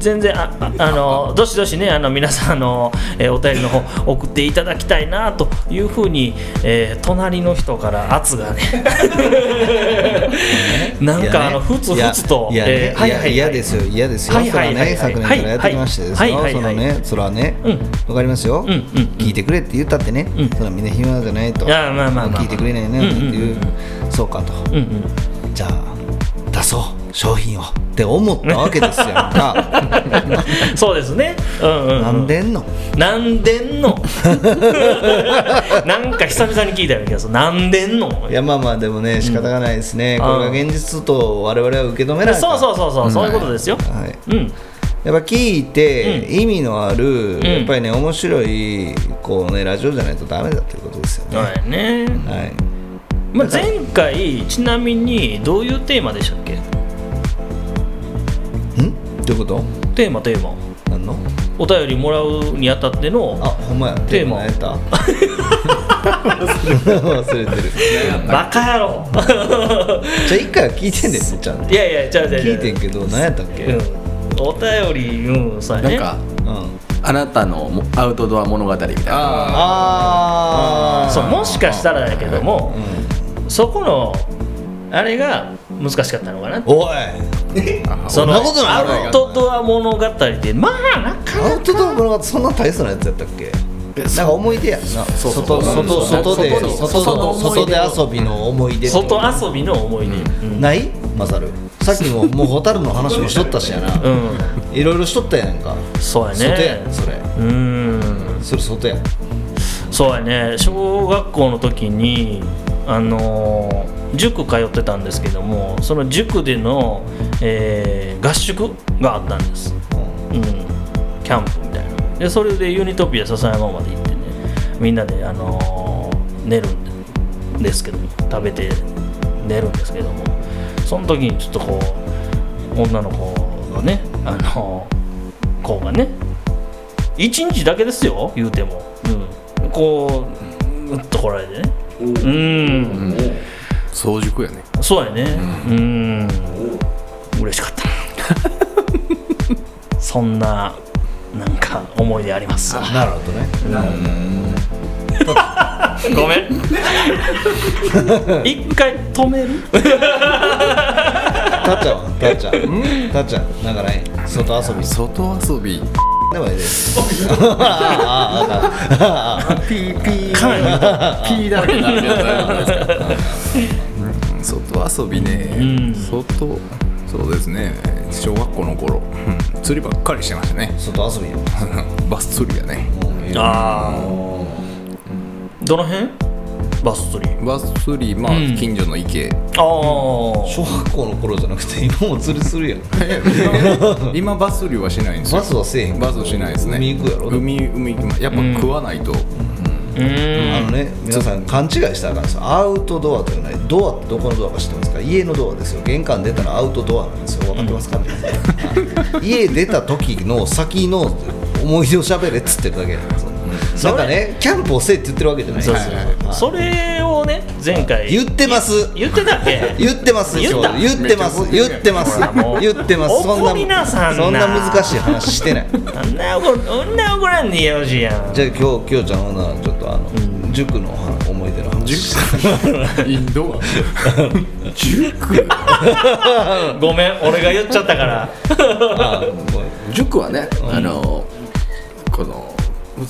全然あああのどしどしねあの皆さんあの、えーお便りの方送っていただきたいなというふうに、えー隣の人から圧が ねなんか、あのふつふつといやいやえーはいはいはいいや嫌ですよ嫌ですよ、はいはいはいそれはね昨年からやってきましてですよ、はいはいはいそのねそれはね、うんわかりますよ、んうん聞いてくれって言ったってね、うんそれはみんな暇じゃないといやまあまあまあまあ聞いてくれないなっていう、そうかと、うんうんじゃあ出そう商品をって思ったわけですやん かそうですねうんうん、うん、なんでんのなんでん のなんか久々に聞いたような気がするなんでんのいやまあまあでもね仕方がないですね、これが現実と我々は受け止めないそうそううそうそう、そういうことですよ、はいうんやっぱ聞いて意味のある、やっぱりね面白いこうねラジオじゃないとダメだということですよね、そうやね、はい、まあ、前回ちなみにどういうテーマでしたっけんどういうことテーマテーマ何のお便りもらうにあたってのあほんまやテーマやった忘れてるバカ野 郎じゃあ一回は聞いてんねんねちゃんといやいやじゃあじゃあ聞いてんけど何やったっけ、うんお便りうんそうやなんねかうんあなたのもアウトドア物語みたいなああそうもしかしたらだけども、そこのあれが難しかったのかなおいそのそんなことないアウトドア物語でまあなかアウトドア物語そんな大層なやつやったっけなんか思い出やんなそうそ外う外外で外に外の外外にで遊びの思い出外遊びの思い出、うんないマサルさっきももう蛍の話もしとったしやなうんいろいろしとったやんかそうやね外やんそれうんそれ外やんそうやね小学校の時にあのー塾通ってたんですけどもその塾での、えー合宿があったんです、うん、キャンプみたいなでそれでユニトピア笹山まで行ってねみんなで、あのー寝るんですけども食べて寝るんですけどもその時にちょっとこう女の子がねあのー子がね1日だけですよ言うても、うん、こううっとこられてねうん早熟やねそうやねうん嬉しかった なそんななんか思い出ありますなるほどねごめん一回止めるたっちゃんはたっちゃんたっちゃんなんかない外遊び外遊びでもいいですああああああああピーピーピーだらけになるやつ外遊びね、ん外そうですね小学校の頃、うん釣りばっかりしてましたね 外遊びやバス釣りやねああどの辺バス釣りバス釣りまあ、うん近所の池ああ小学校の頃じゃなくて今も釣りするやん今今バス釣りはしないんですよバスはせえへんバスしないですね海行くやろ海海行きますやっぱ食わないと、うーんあのね皆さん勘違いしたらあかんですよアウトドアというのはねドアってどこのドアか知ってますか家のドアですよ玄関出たらアウトドアなんですよ分かってますか、家出た時の先の思い出をしゃべれっつってるだけなんですよなんかねキャンプをせえって言ってるわけじゃないそうでそすうよそうはいそれをね前回言ってます言ってたっけ言ってます言った言ってます言ってますもう言ってますそん怒りなさんなそんな難しい話してないあんな怒あんな怒らんでよろしいやんじゃあ今日きょうちゃんほなちょっとあの、塾の話思い出の話インドアごめん俺が言っちゃったからあごめん塾はね、あのこの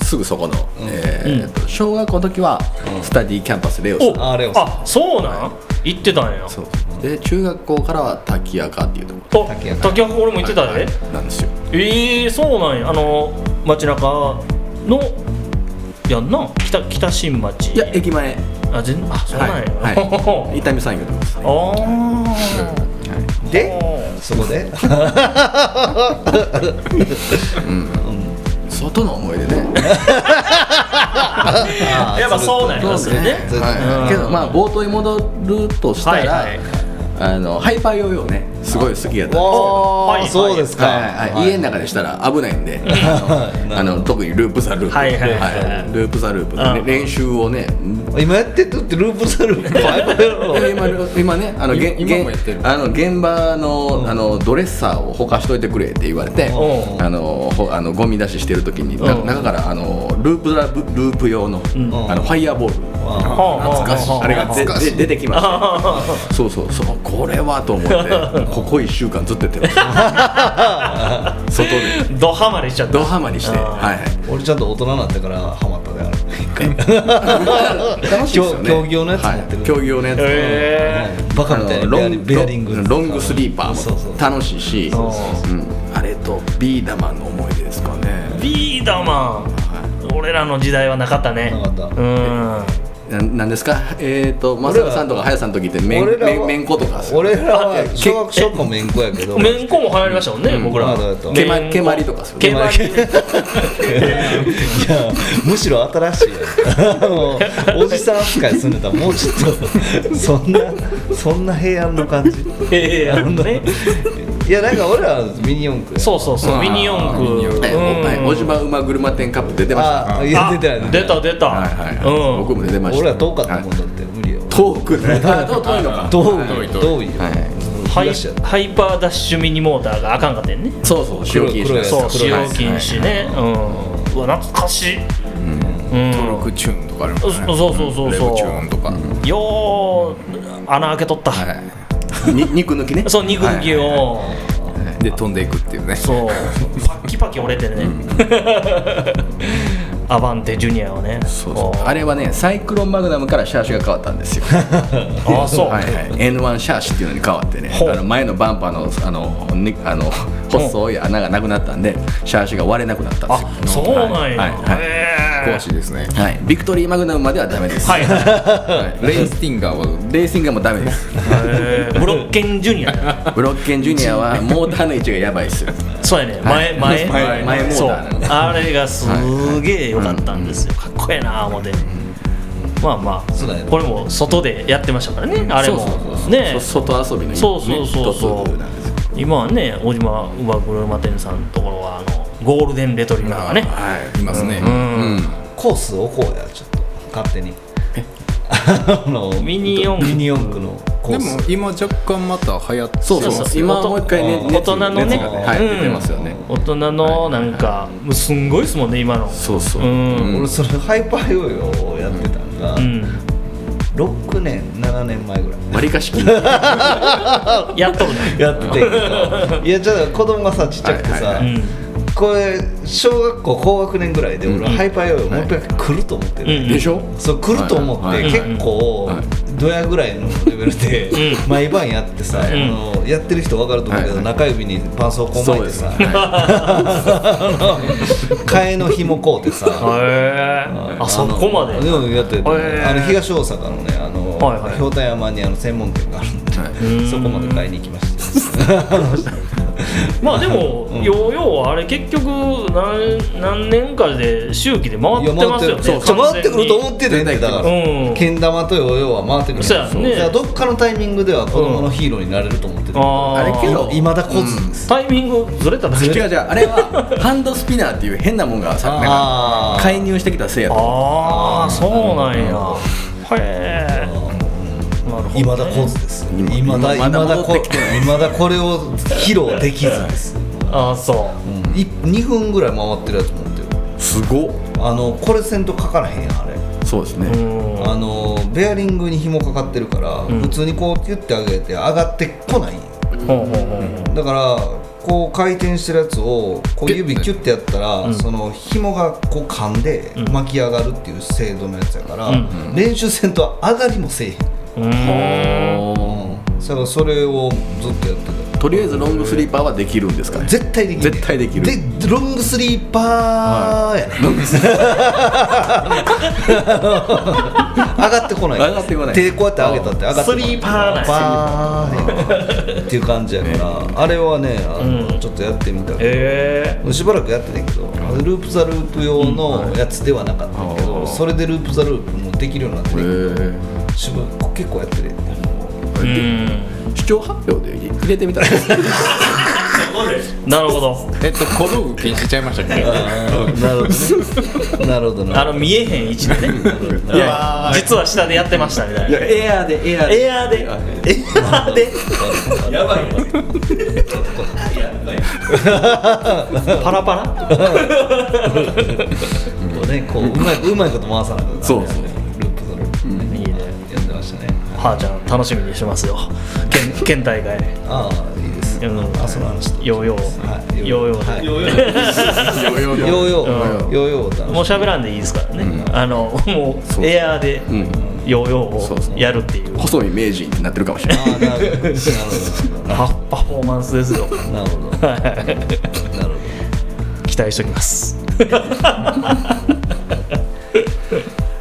すぐそこの、えーと小学校の時は、スタディキャンパスレオスあレオさんあそうなん言ってたんやそうで中学校からは滝谷科っていうとこお竹谷竹箱俺も言ってたでなんですよえー、そうなんやあの街中のやんな北北新町いや駅前あ全あそうなんや、はい はい伊丹さん言うてますあーでそこで外の思い出ねあやっぱそうなんやそれねそうですねはい、けどまあ冒頭に戻るとしたら、はいはいあのハイパーヨーヨーねすごい好きやったんですけど、おはいはいーそうですかはいはい、家の中でしたら危ない んであの特にループザループ、はいはいはいループザループ、うんね、練習をね今やってるってループされるの今今ねあのげ今もげやってるあの現場のあのドレッサーをほかしといてくれって言われてうんあのほあのゴミ出ししてる時になうん中からあのループザルループ用のあのファイヤーボール懐があれがでで出てきましたそうそうそうこれはと思 ってここ1週間ずっとやってました外で ドハマりしちゃったドハマりしてはいはい俺ちゃんと大人になってからハマったであれへんか楽しいですよね競競技用のやつ持ってるはい競技用のやつえバカみたいあなのベアロンベアリングロングスリーパそうそうーも楽しいしうんあれとビーダマンの思い出ですかー、ねビーダーマン俺らの時代はなかったねなかったうんななんですかえっと松坂さんとか早さんの時ってめん俺らはめんめんことかっすよ俺らは小学小学校めんこやけどめんこも流行りましたもんね、僕らまあだと蹴ま蹴まりとかする蹴まりいやむしろ新しいやんあのおじさん扱いするんだったらもうちょっとそんなそんな平安の感じええあのねいやなんか俺らはミニ四駆や んそうそうそうミニ四駆えおはいうん小島馬車店カップ出てましたあいやあ出てない出た出た、はいはいはいうん僕も出てました俺ら遠かったもんはいだって無理よ遠 くねあ遠遠いのか遠いはい遠いよハイ東やったハイパーダッシュミニモーターがあかんかったよねそうそう使用禁止黒いです黒そいう使用禁止ね、うんうわ懐かしい、うんトルクチューンとかあるもんそうねそうそうそうレブチューンとかよう穴開けとった、に肉抜きねそう肉抜きを、で飛んでいくっていうねそうパッキパキ折れてね、アバンテジュニアをねそうそうあれはねサイクロンマグナムからシャーシが変わったんですよああそう、はい、はい、N1 シャーシっていうのに変わってねほうあの前のバンパーのあのねあの細い穴がなくなったんでシャーシが割れなくなったんですあそようなんや、はいはいはいへえ詳しいですねはいビクトリーマグナムまではダメです、はいははいレイスティンガーはレースティンガーもダメですいへ えブロッケンジュニアだ ブロッケンジュニアはモーターの位置がやばいですよそうやね、前、前、前前モーそうターなのね、あれがすげえ良かったんですよ、かっこええなあ思って。まあまあ、そうだよねこれも外でやってましたからね、あれもそうそうそ。うねそ、外遊びのそうそうそうそね一つうなんですよ。今はね、小島馬車店さんのところは、あの、ゴールデンレトリバーがね。はいいますねうんコースをこうやちょっと勝手に あのミニ四駆ミニ四駆のコでーもス今若干また流行ってそうそうそうそう今もう一回ね大人のね熱がはい、うん出てますよね大人のなんか、もうすんごいですもんね、今の。そうそううんん。俺それハイパーヨーヨーをやってたんが、うん。 6年7年前ぐらい割りかし金利はやっとるね。やってんけどいやちょっと子供がさちっちゃくてさ、はいはいうん。 これ小学校高学年ぐらいで俺はハイパーヨーヨーもう一回来ると思ってる、うんでしょそう来ると思っはいてはいはい結構ドヤぐらいのレベルでう毎晩やってさ、あのやってる人分かると思うけど、はい中指にパンスをこう巻いてさ、そうですあの替えの紐こうてさ、へえ。あ、そこまで。うんやっててーあの東大阪のねあの、はいはいひょうたん山にあの専門店があるんで、そこまで買いに行きましたまあでも、ヨーヨーはあれ結局何何年かで周期で回ってますよねそうちょ回ってくると思てってたんだから、うんけん玉とヨーヨーは回ってくるそうやねだからどっかのタイミングでは子供のヒーローになれると思ってた、あーあれけどいまだ来ずです、タイミングずれただけ違う違うあれはハンドスピナーっていう変なもんがさなんかあー介入してきたせいやとああそうなんやへえなるほどねいまだ来ずですいまだいままだだこ戻ってきてないいまだこれを披露できずです、ああそううん、い2分ぐらい回ってるやつ持ってるすごっあのこれせんとかからへんやんあれそうですねうんあのベアリングに紐かかってるから、普通にこう言ってあげて上がってこないんよほうほうほうほうだからこう回転してるやつをこう指キュッてやったら、その紐がこう噛んで巻き上がるっていう精度のやつやから、練習せんと上がりもせえへん、うん、だからそれをずっとやってたとりあえずロングスリーパーはできるんですかね絶対できんねん絶対できるでロングスリーパーやね、上がってこない上がってこない手こうやって上げたって上がってこないスリーパーなんやパーやっていう感じやから、あれはねあの、ちょっとやってみたけえどしばらくやってたけどループ・ザ・ループ用のやつではなかったけど、それでループ・ザ・ループもできるようになってねしばらく結構や ってるえうん視聴発表で入れて みたらなるほどえっ と小道具禁止しちゃいましたっけなるほどね なるほどあなの見えへん位置でね いや実は下でやってましたみたいなエアーでエアーエアーでエアーでやばいよパラパラこうねこううまいうまいこと回さなくそうそうループ・ザ・ループね、いいねやってましたねはーちゃん楽しみにしてますよ県県大会ああいいですあのあその話とヨーヨはいーヨーヨーでヨヨーヨーヨうーんヨーヨーもう喋らんでいいですからね、あのもうエアーでヨーヨそうーそをうやるっていう細い名人になってるかもしれないああなるほどなパパフォーマンスですよるほどなるほどなるほど期待しておきます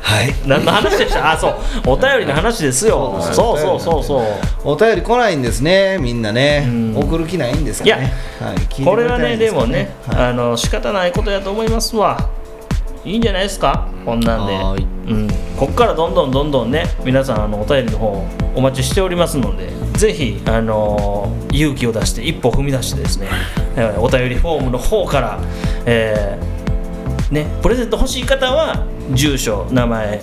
はい何の話でしたあそうお便りの話ですよそうそうそうそうお便り来ないんですねみんなね送る気ないんですかいねはい聞いてくたいんすかこれはねでもね、はいあの仕方ないことやと思いますわいいんじゃないですかこんなんで、はーいうん、こっからどんどんどんどんね皆さんあのお便りの方お待ちしておりますのでぜひ、あのー勇気を出して一歩踏み出してですね、えーお便りフォームの方から、えーね、プレゼント欲しい方は住所名前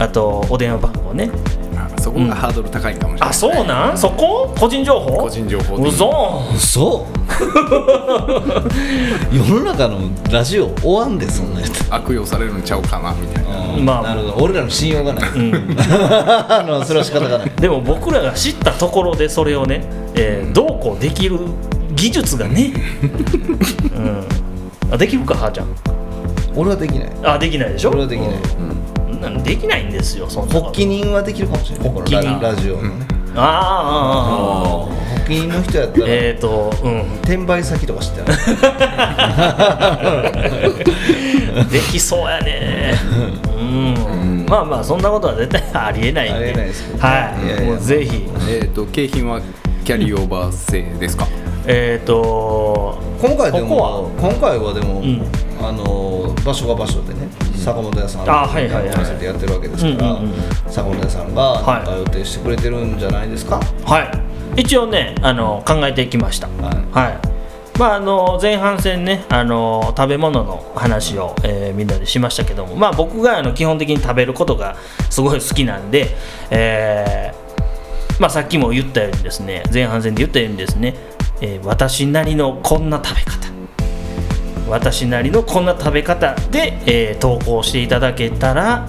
あとお電話番号ねあそこがハードル高いかもしれない、あそうなんそこ個人情報個人情報うそ 嘘世の中のラジオ終わんでそんなやつ悪用されるんちゃうかなみたいなまあなるほど俺らの信用がない、 あのそれは仕方がないでも僕らが知ったところでそれをね、えーどうこうできる技術が ね、うん、あできるかはーちゃん俺はできないあできないでしょ俺はできないうんなんできないんですよそんな発こと起人はできるかもしれないこの起人ララジオのねああああああ発起人の人やったらえっ、ー、と うん転売先とか知っ てないできそうやねうん、まあまあそんなことは絶対ありえないんありえないですけどねはいいやいやもうぜひえっ、と景品はキャリーオーバー制ですかえっ、ー、と今回でもここは今回はでも、んあの場所が場所でね坂本屋さんあはいはいはいコンセプトやってるわけですから、うんうんうん坂本屋さんがなんか予定してくれてるんじゃないですか、はい、一応ねあの考えていきました、ははいいまあ、あの前半戦ねあの食べ物の話を、えーみんなでしましたけども、まあ、僕があの基本的に食べることがすごい好きなんで、えーまあ、さっきも言ったようにですね前半戦で言ったようにですね、えー私なりのこんな食べ方私なりのこんな食べ方で、えー投稿していただけたら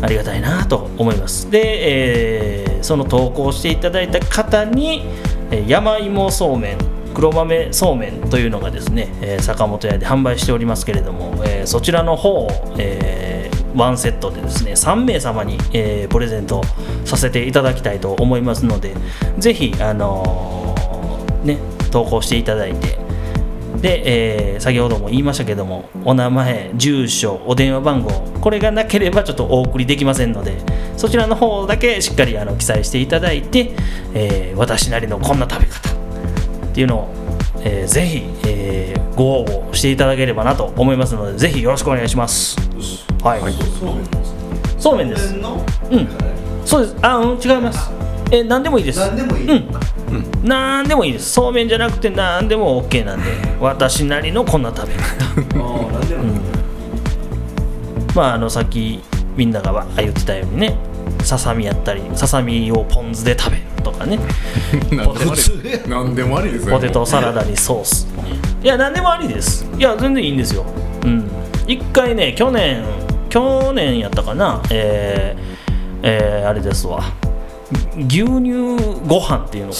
ありがたいなと思いますで、えーその投稿していただいた方に、えー山芋そうめん黒豆そうめんというのがですね、えー坂本屋で販売しておりますけれども、えーそちらの方を、えーワンセットでですね3名様に、えープレゼントさせていただきたいと思いますのでぜひあのーね投稿していただいてで、えー先ほども言いましたけどもお名前住所お電話番号これがなければちょっとお送りできませんのでそちらの方だけしっかりあの記載していただいて、えー私なりのこんな食べ方っていうのを、えーぜひ、えーご応募していただければなと思いますのでぜひよろしくお願いしますはい、そうめんですうんそうですあうん違いますえ何でもいいです何でもいい、うんなんでもいいですそうめんじゃなくてなんでも OK なんで私なりのこんな食べ方まああのさっきみんながわー言ってたようにねささみやったりささみをポン酢で食べるとかねポテト何でもありですねポテトサラダにソースいや何でもありですいや全然いいんですようん一回ね去年去年やったかなえーえーあれですわ牛乳ご飯っていうのが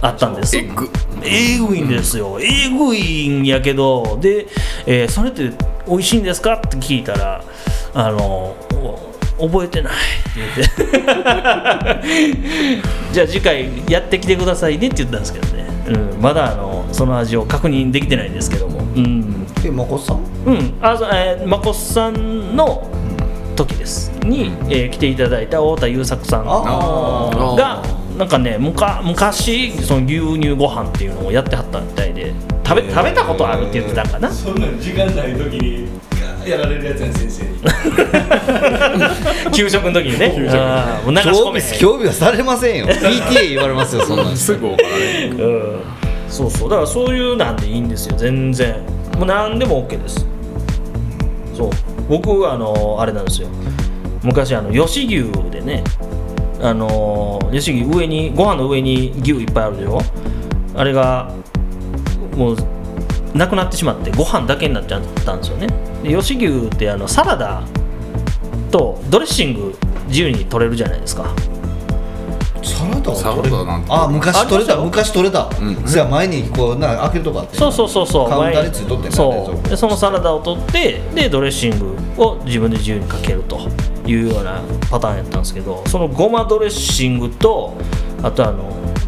あったんですエッグえぐいんですよ、えぐいんやけどで、えーそれって美味しいんですかって聞いたらあのお覚えてない って言ってじゃあ次回やってきてくださいねって言ったんですけどね、うん、まだあのその味を確認できてないんですけどもうん、でまこさんうんあそうえー、まこさんの時ですに、えー来ていただいた太田優作さんああがなんかねむか昔その牛乳ご飯っていうのをやってはったみたいで食べ食べたことあるって言ってたんかなそんなん時間ない時にやられるやつやん先生に 給食の時にねあーもう流し込興め味へん興味はされませ んよ PTA 言われますよそんなんすぐ怒られるそうそうだからそういうなんでいいんですよ全然もう何でも OK ですそう僕はあのあれなんですよ昔あの吉牛でねあの吉牛上にご飯の上に牛いっぱいあるでしょあれがもうなくなってしまってご飯だけになっちゃったんですよねで吉牛ってあのサラダとドレッシング自由に取れるじゃないですかサラダはサラダなんてあ昔取れあたり昔取れた、うん、そや前にこうなんか開けるとこあってそうそうそうそうカウンターについとってんだ冷蔵そ庫うでそのサラダを取ってでドレッシングを自分で自由にかけるというようなパターンやったんですけどそのごまドレッシングとあとあの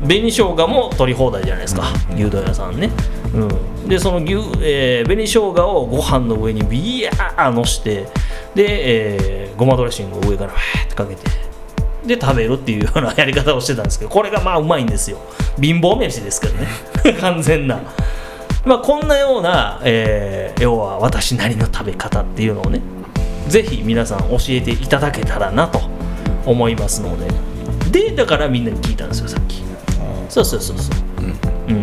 紅生姜も取り放題じゃないですか牛丼屋さんね、うん、でその牛、えー、紅生姜をご飯の上にビヤーのしてで、えーごまドレッシングを上からわーってかけてで食べるっていうようなやり方をしてたんですけどこれがまあうまいんですよ貧乏飯ですけどね 完全な。まあ、こんなような、えー要は私なりの食べ方っていうのをねぜひ皆さん教えていただけたらなと思いますのででだからみんなに聞いたんですよさっきそうそうそうそううん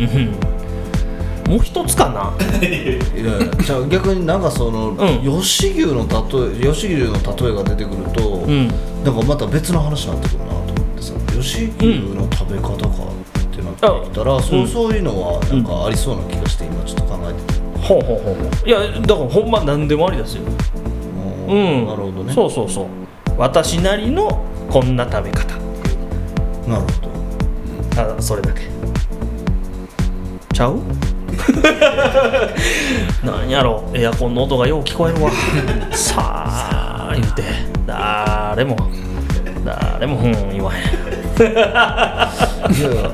うんもう一つかないやいやじゃあ逆になんかその、ん吉牛の例え吉牛の例えが出てくると、んなんかまた別の話になってくるなと思ってさ吉牛の食べ方かってなってきたら、そうそういうのはなんかありそうな気がして今ちょっと考えてて、ほうほうほうほういやだからほんま何でもありですよううんなるほどねそうそうそう私なりのこんな食べ方なるほどただそれだけちゃう なんやろエアコンの音がよう聞こえるわさあ言うて誰も誰もふん言わへんいやいや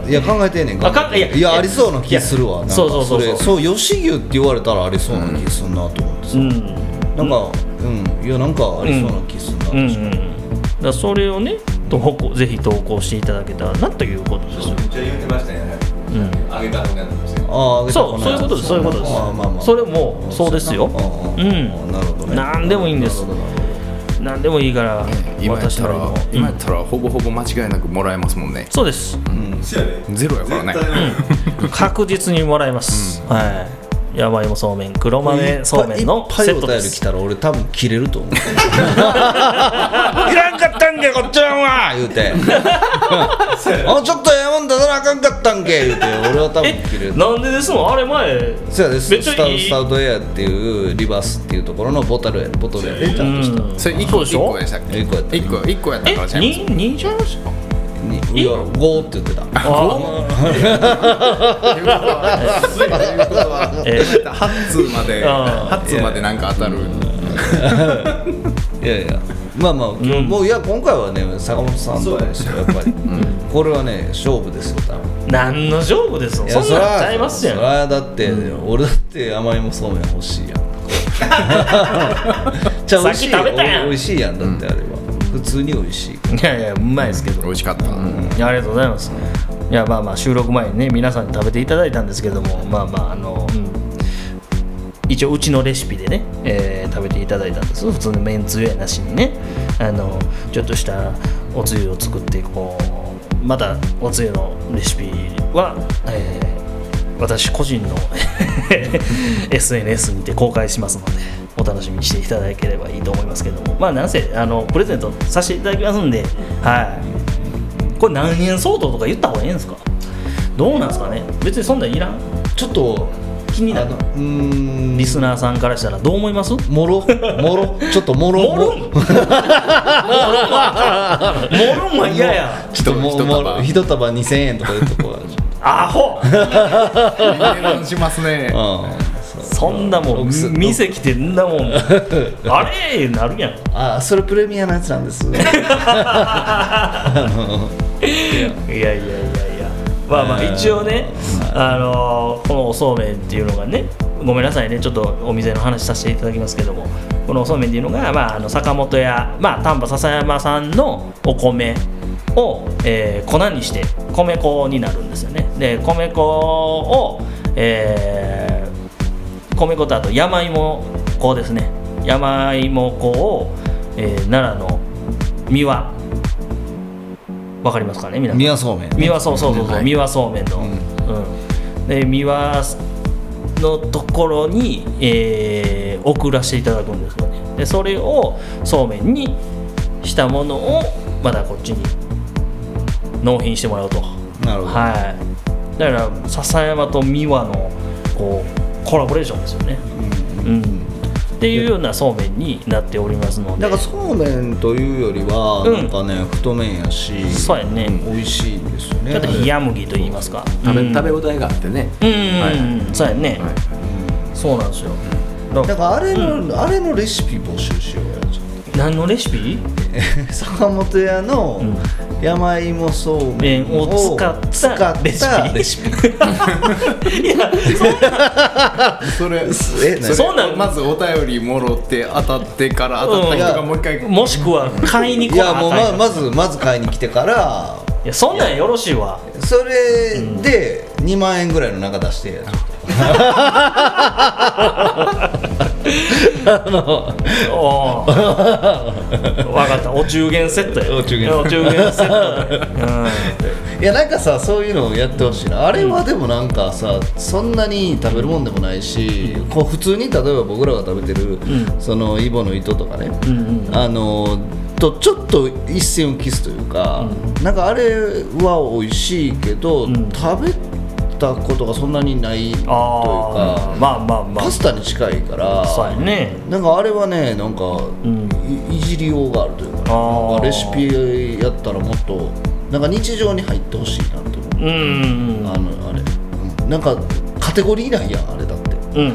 いや考えてんねんあ考えいいややいやありそうな気するわなんかそうそうそうそうれそう吉牛って言われたらありそうな気するなと思ってさ、うんなんかうん、いやなんかありそうな気するな、うんうんだからそれをね投稿ぜひ投稿していただけたらなということですよめっちゃ言ってましたね。あげたのね。ああそうそういうことですそういうことですまあまあまあそれもそうですよああうんなるほどね何でもいいんですなるほどなるほ何でもいいから今やっ私たなりらの今やったらほぼほぼ間違いなくもらえますもんねそうですそうやね。ゼロやからね絶対ね確実にもらえます、はい山芋そうめん黒ど豆そうめんのいっぱいセいッっトぱいおで便り来すたら俺多分切れると思ういらんかった んけこっちはああ言うて あちょっとええもん出さなあかんかったんけ言うて俺は多分え切れるなんでですもんあれ前そうやですめっちゃスタいいスタウトエアっていうリバースっていうところのボトルやボトルやでちゃんとしたそれ1そう個でしょ一個でしたっけ一個やった1個一個やっえたからちゃいますににちゃいましたにいやゴーって言ってたあえ8通まであ8通までなんか当たるいやいやまあまあ、今日もういや今回はね坂本さんとですよやっぱり、これはね勝負ですよ多分何の勝負ですもんいやそんなんらちゃいますやそんりゃだって、俺だって甘いもそうめん欲し いやんじゃあ美味しいさっき食べたやんお美味しいやんだってあれは、普通に美味しいいやいやうまいですけど美味しかったいやありがとうございますいやまあまあ収録前にね皆さんに食べていただいたんですけどもまあまああの、うん一応うちのレシピでね、えー食べていただいたんです普通のめんつゆやなしにねあのちょっとしたおつゆを作ってこうまたおつゆのレシピは、えー私個人の SNS にて公開しますのでお楽しみにしていただければいいと思いますけどもまあなんせあのプレゼントさせていただきますんではいこれ何円相当とか言った方がいいんですかどうなんですかね別にそんなんいらんちょっと気になるあのうーんリスナーさんからしたらどう思いますもろもろちょっともろモロンモロンは嫌やちょっとも一ろ束もろ一束2000円とか言うとこはアホ値段します ねうんそんなもん店来てん なもんあれなるやんあそれプレミアのやつなんですいやいやいやいやまあまあ一応ね、あのーこのおそうめんっていうのがねごめんなさいねちょっとお店の話させていただきますけどもこのおそうめんっていうのが、まあ、あの坂本屋、まあ、丹波篠山さんのお米を、えー粉にして米粉になるんですよねで米粉を、えー米粉とあと山芋粉ですね山芋粉を、えー奈良の三輪わかりますかね皆さん宮そうめん三輪そうそうそうそう、三輪そうめんの、うんで三輪のところに、えー送らせていただくんですよねでそれをそうめんにしたものをまだこっちに納品してもらうとなるほどはいだから笹山と三輪のこうコラボレーションですよねうん、っていうようなそうめんになっておりますのなでんかそうめんというよりは、うんなんかね太麺やしそうやね美味しいんですよねちょっと冷麦と言いますか食うんべ食べ応えがあってねうんうんうん、そうやね、そうなんですよなんかあれの、あれのレシピ募集しよ うやちょっ何のレシピと坂本屋の山芋そうめん麺をを使った使ったレシピレシピいやそれえ何そんなんまずお便りもろって当たってから当たった人がもう一回、もしくは買いに来いなあやかもうんやままずまず買いに来てからいやそんなんよろしいわそれで2万円ぐらいの中出して、おお分 かったお中元セットやお中元お中元セット だ、いやなんかさそういうのをやってほしいなあれはでもなんかさそんなに食べるもんでもないし、こう普通に例えば僕らが食べてる、そのイボの糸とかね、あのとちょっと一線を期すというか、なんかあれは美味しいけど、食べたことがそんなにないというああか、まあまあまパスタに近いからあそうやねなんかあれはねなんか、いいじりようがあるというか,、あーなんかレシピやったらもっとなんか日常に入ってほしいなと思う、うんうんあのあれ、うんなんかカテゴリーないやんあれだってうんうん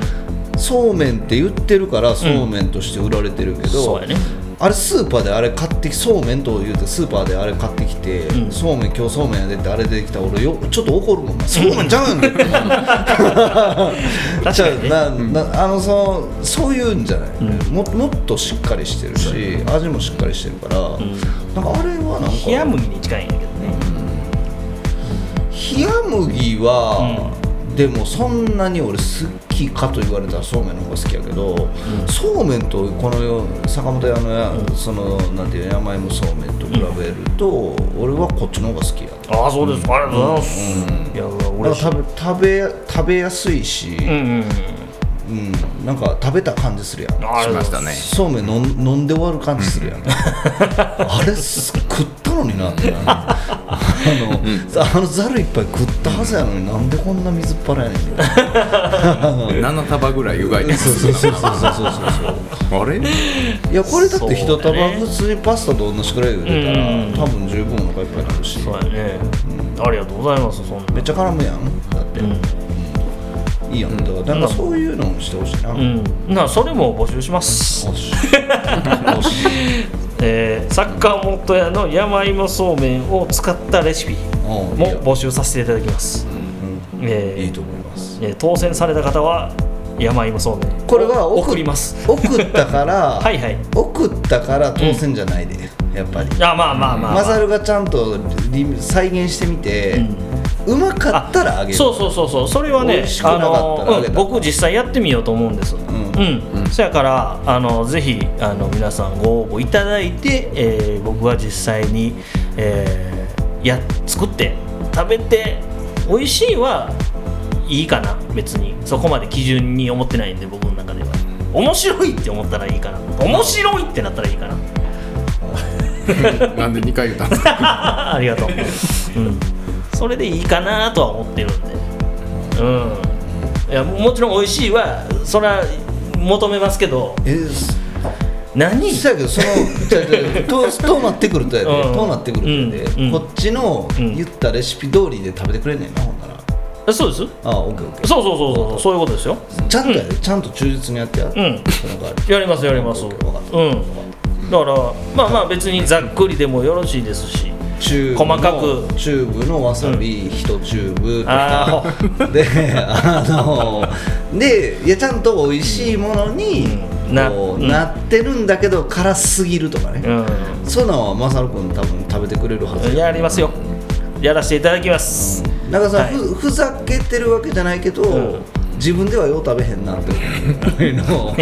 そうめんって言ってるからそうめんとして売られてるけど、そうやねあれスーパーであれ買ってきそうめんと言うてスーパーであれ買ってきて、そうめん今日そうめんやでってあれ出てきたら俺よちょっと怒るもんなそうめんちゃうんでって確かにねじゃあななあのそのそういうんじゃない、ももっとしっかりしてるし味もしっかりしてるから、なんかあれはなんか冷麦に近いんやけどね冷麦は、でもそんなに俺好きかと言われたらそうめんの方が好きやけど、そうめんとこのよ坂本屋のや、そのなんていうの山芋そうめんと比べると、俺はこっちの方が好きやああそうですありがとうございます、いやな俺んか食べ食べ食べやすいし、うんうんうんなんか食べた感じするやんありがとうございますねそうめん飲ん飲んで終わる感じするやんあれす食ったのになってなあの、あのざるいっぱい食ったはずやのになんでこんな水っ腹やねんけど7束ぐらいうがいてそうそうそうそうそうそうあれいやこれだって一そう束だね普通にパスタと同じくらい茹でたら、うん多分十分お腹いっぱいになるしそうやね、ありがとうございますそんなめっちゃ絡むやんだって、いいやんだからなんかそういうのをしてほしいな、うん、なそれも募集しますおしえー、坂本屋の山芋そうめんを使ったレシピおうも募集させていただきます、えーいいと思いますえー当選された方は山芋そうめんこれはを送送ります送ったからはいはい送ったから当選じゃないで、やっぱりあまあまあまあ、まあマサルがちゃんとリ再現してみて、うまかったらあげるそうそうそうそうそれは美ね味しくなあかったらあの、げうたん、僕実際やってみようと思うんですうん、そやからあのぜひあの皆さんご応募いただいて、えー僕は実際に、えーや作って食べて美味しいはいいかな別にそこまで基準に思ってないんで僕の中では面白いって思ったらいいかな面白いってなったらいいかななんで2回言ったんですか ありがとう、うん、それでいいかなとは思ってるんでうんいやもちろん美味しいはそれは求めますけどえー何そうやけどそのちゃうちゃうととなってくるとやで、うんとなってくるとやで、うんこっちのん言ったレシピ通りで食べてくれんねんなほんならえそうですああオッケーオッケそうそうそうそうそういうことですよーちゃんとやで、ちゃんと忠実にやってやる、うんその代わりやりますやりますうんわだかったからまあまあ別にざっくりでもよろしいですしチューブの細かくチューブのわさび一、チューブとあかであのでいやちゃんと美味しいものに、うんなこううんなってるんだけど辛すぎるとかね、うそういうのはまさるくん多分食べてくれるはずんやりますよやらせていただきます、なんかさ、はいふふざけてるわけじゃないけど、うん自分ではよう食べへんなってい うのを 違う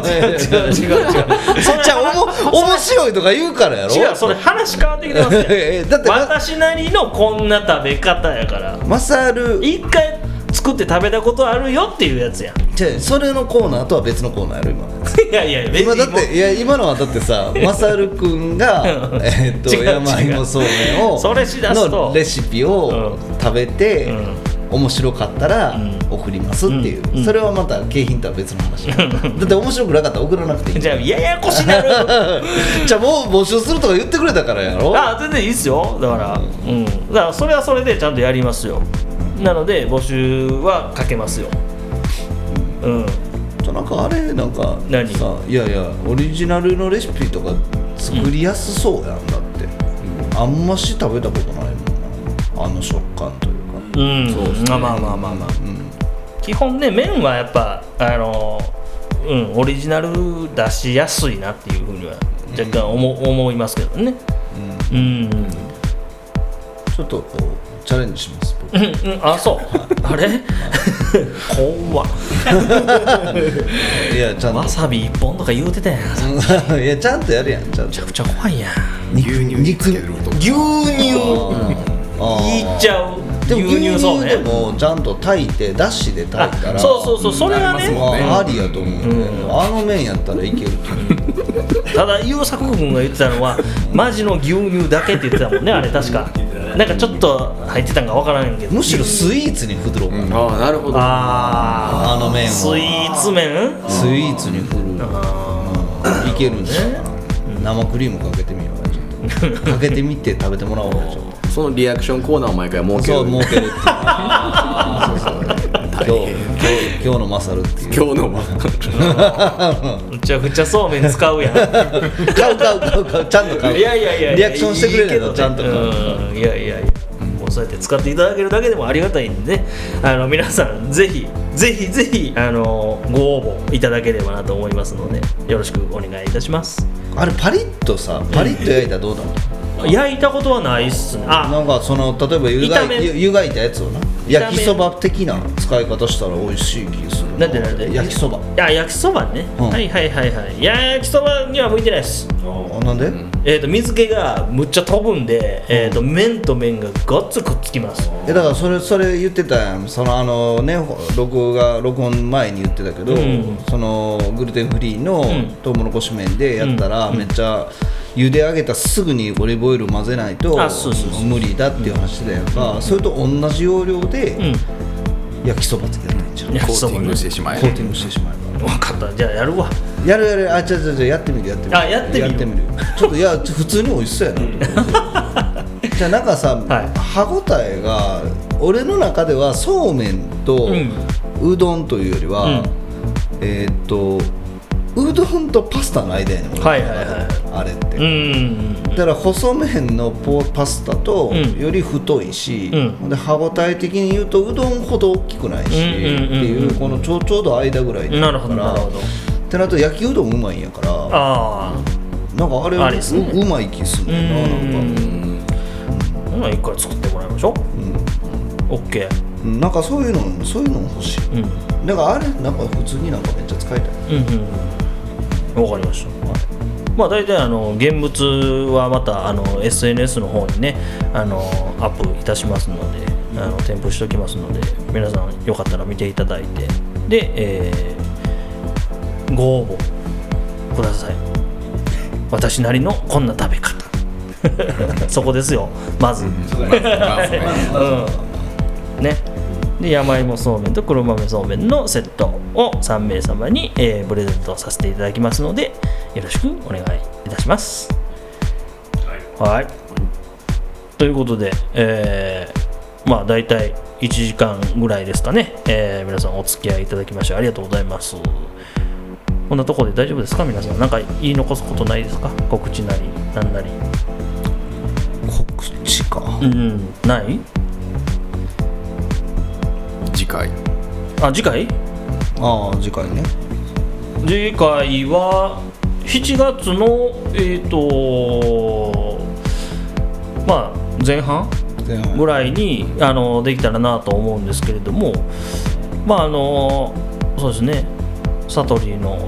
違う違うそっちはおも面白いとか言うからやろ違うそれ話変わってきてます ええねだって私なりのこんな食べ方やからマサル一回作って食べたことあるよっていうやつや ん違うそれのコーナーとは別のコーナーやろ今いやいや別に今だっていや今のはだっ てさマサルくんがうんえーっと違う違う山芋そうめんをそれしだすとのレシピを食べて、うん面白かったら、ん送りますっていう、それはまた景品とは別の話やだって面白くなかったら送らなくていい じゃあややこしなる じゃあもう募集するとか言ってくれたからやろあ全然いいですよだから、うん、だからそれはそれでちゃんとやりますよなので募集はかけますようんとなんかあれなんか何さいやいやオリジナルのレシピとか作りやすそうやんだって、あんまし食べたことないもんなあの食感というか、うんまあまあまあまあまあ、基本ね麺はやっぱあのうんオリジナル出しやすいなっていうふうには若干思,、思いますけどねうん、うんちょっとこうチャレンジします う僕んうん、あそうあれ怖っいやちゃんわさび一本とか言うてたやんめと いやちゃんとやるやんちゃんとちゃくちゃ怖いやん肉肉牛乳あーいっちゃうでも牛乳そう乳ねでもちゃんと炊いてだしであ炊いたらそうそうそうそれがねまあありやと思うんだよねあの麺やったらいけると思うただ優作君が言ってたのはマジの牛乳だけって言ってたもんねあれ確かなんかちょっと入ってたんかわからんけどむしろスイーツに振ろうかなああなるほどああの麺ーはスイーツ麺スイーツに振るうんいけるんじゃないかな生クリームかけてみようかちょっとかけてみて食べてもらおう かちょっとそのリアクションコーナーを毎回設け今る日儲けるっていうそうそう今日今日今日のマサルっていう 今日のむちゃくちゃそうめん使うやんい買う買う買う買うちゃんと買うやいやいやリアクションしてくれるのちゃんといい買けどうねうんいやいやいやもうそうやって使っていただけるだけでもありがたいんでねあの皆さんぜひぜひぜひあのご応募いただければなと思いますのでよろしくお願いいたしますあれパリッとさパリッと焼いたらどうだろう焼いたことはないっすねあなんかその例えば湯が炒めいゆ湯がいたやつをな焼きそば的な使い方したら美味しい気がするなんでなんで焼きそばあ焼きそばね、うんはいはいはいはい焼きそばには向いてないですあなんで、えっ、と水気がむっちゃ飛ぶんで、えっ、と麺と麺がごっつくっつきますえだからそれそれ言ってたやんそのあのねほ録画録音前に言ってたけど、うんそのグルテンフリーのんトウモロコシ麺でやったらめっちゃ茹で上げたすぐにオリーブオイル混ぜないとあそうそうそう無理だっていう話だよか、それと同じ要領で焼きそばつけたらいいんじゃん、焼コきーそテばィンねグしてしまえコーティングしてしまえば分かったじゃあやるわやるやるあちゃちゃちゃやってみるやってみるあやってみるちょっといや普通に美味 しそうやなじゃあなんかさ、い歯ごたえが俺の中ではそうめんとうんうどんというよりは、うんえーっとうどんとパスタの間やねん俺の中ではいはいはいあれって、うーんだから細麺のポパスタうとんより太いし、うで歯ごたえ的に言うとうどんほど大きくないし、うんうんうんうんっていうこのちょちょうど間ぐらいだなかるらほどなるほどってなると焼きうどんうまいんやからああなんかあれあはれですねううまい気するねんななんかほな一回作ってもらいましょう、オッケーうんなんかそういうのそういうの欲しいうんなんかあれなんか普通になんかめっちゃ使いたいうんうんわかりました、まあ大体あの現物はまたあの SNS の方にねあのアップいたしますのであの添付しておきますので皆さんよかったら見ていただいてで、えーご応募ください私なりのこんな食べ方 そこですよまず、うんねで山芋そうめんと黒豆そうめんのセットを3名様に、えープレゼントさせていただきますのでよろしくお願いいたしますはいということでえー、まあ大体1時間ぐらいですかね、えー皆さんお付き合いいただきましてありがとうございますこんなところで大丈夫ですか皆さんなんか言い残すことないですか告知なりなんなり告知かうんない次回あ次回ああ次回ね次回は7月のえっ、とまあ前半前半ぐらいにあのできたらなと思うんですけれどもまああのそうですねサトリーの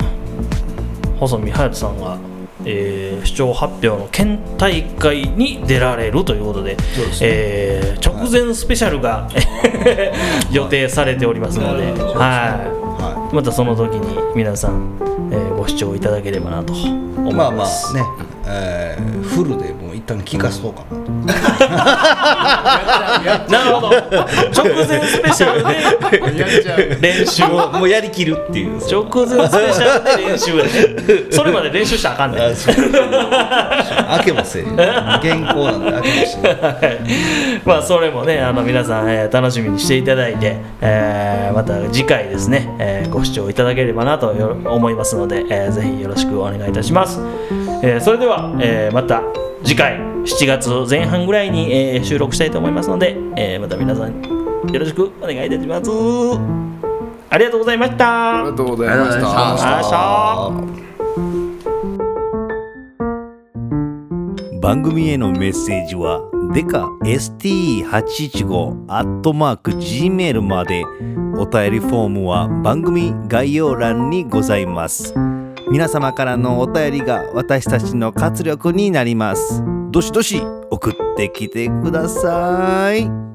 細見隼人さんが、えー、視聴発表の県大会に出られるということでえー直前スペシャルが、予定されておりますので。はいはまたその時に皆さん、えーご視聴いただければなと思いいままあす。まあね、えーフルでもう一旦聞かそうかな と、なるほど 直前スペシャルで練 習をもうやりきるっていう直前スペシャルで練習やねそれまで練習したらあかんねん開けませんよ原稿なんで開けませんよまあそれもねあの皆さん、えー楽しみにしていただいて、えーまた次回ですね、えーご視聴いただければなとよ思いますので、えーぜひよろしくお願いいたします、えーそれでは、えーまた次回7月前半ぐらいに、えー収録したいと思いますので、えーまた皆さんよろしくお願いいたしますありがとうございましたありがとうとうございましたございました番組へのメッセージはデカ ST815 アットマーク Gmail までお便りフォームは番組概要欄にございます皆様からのお便りが私たちの活力になりますどしどし送ってきてください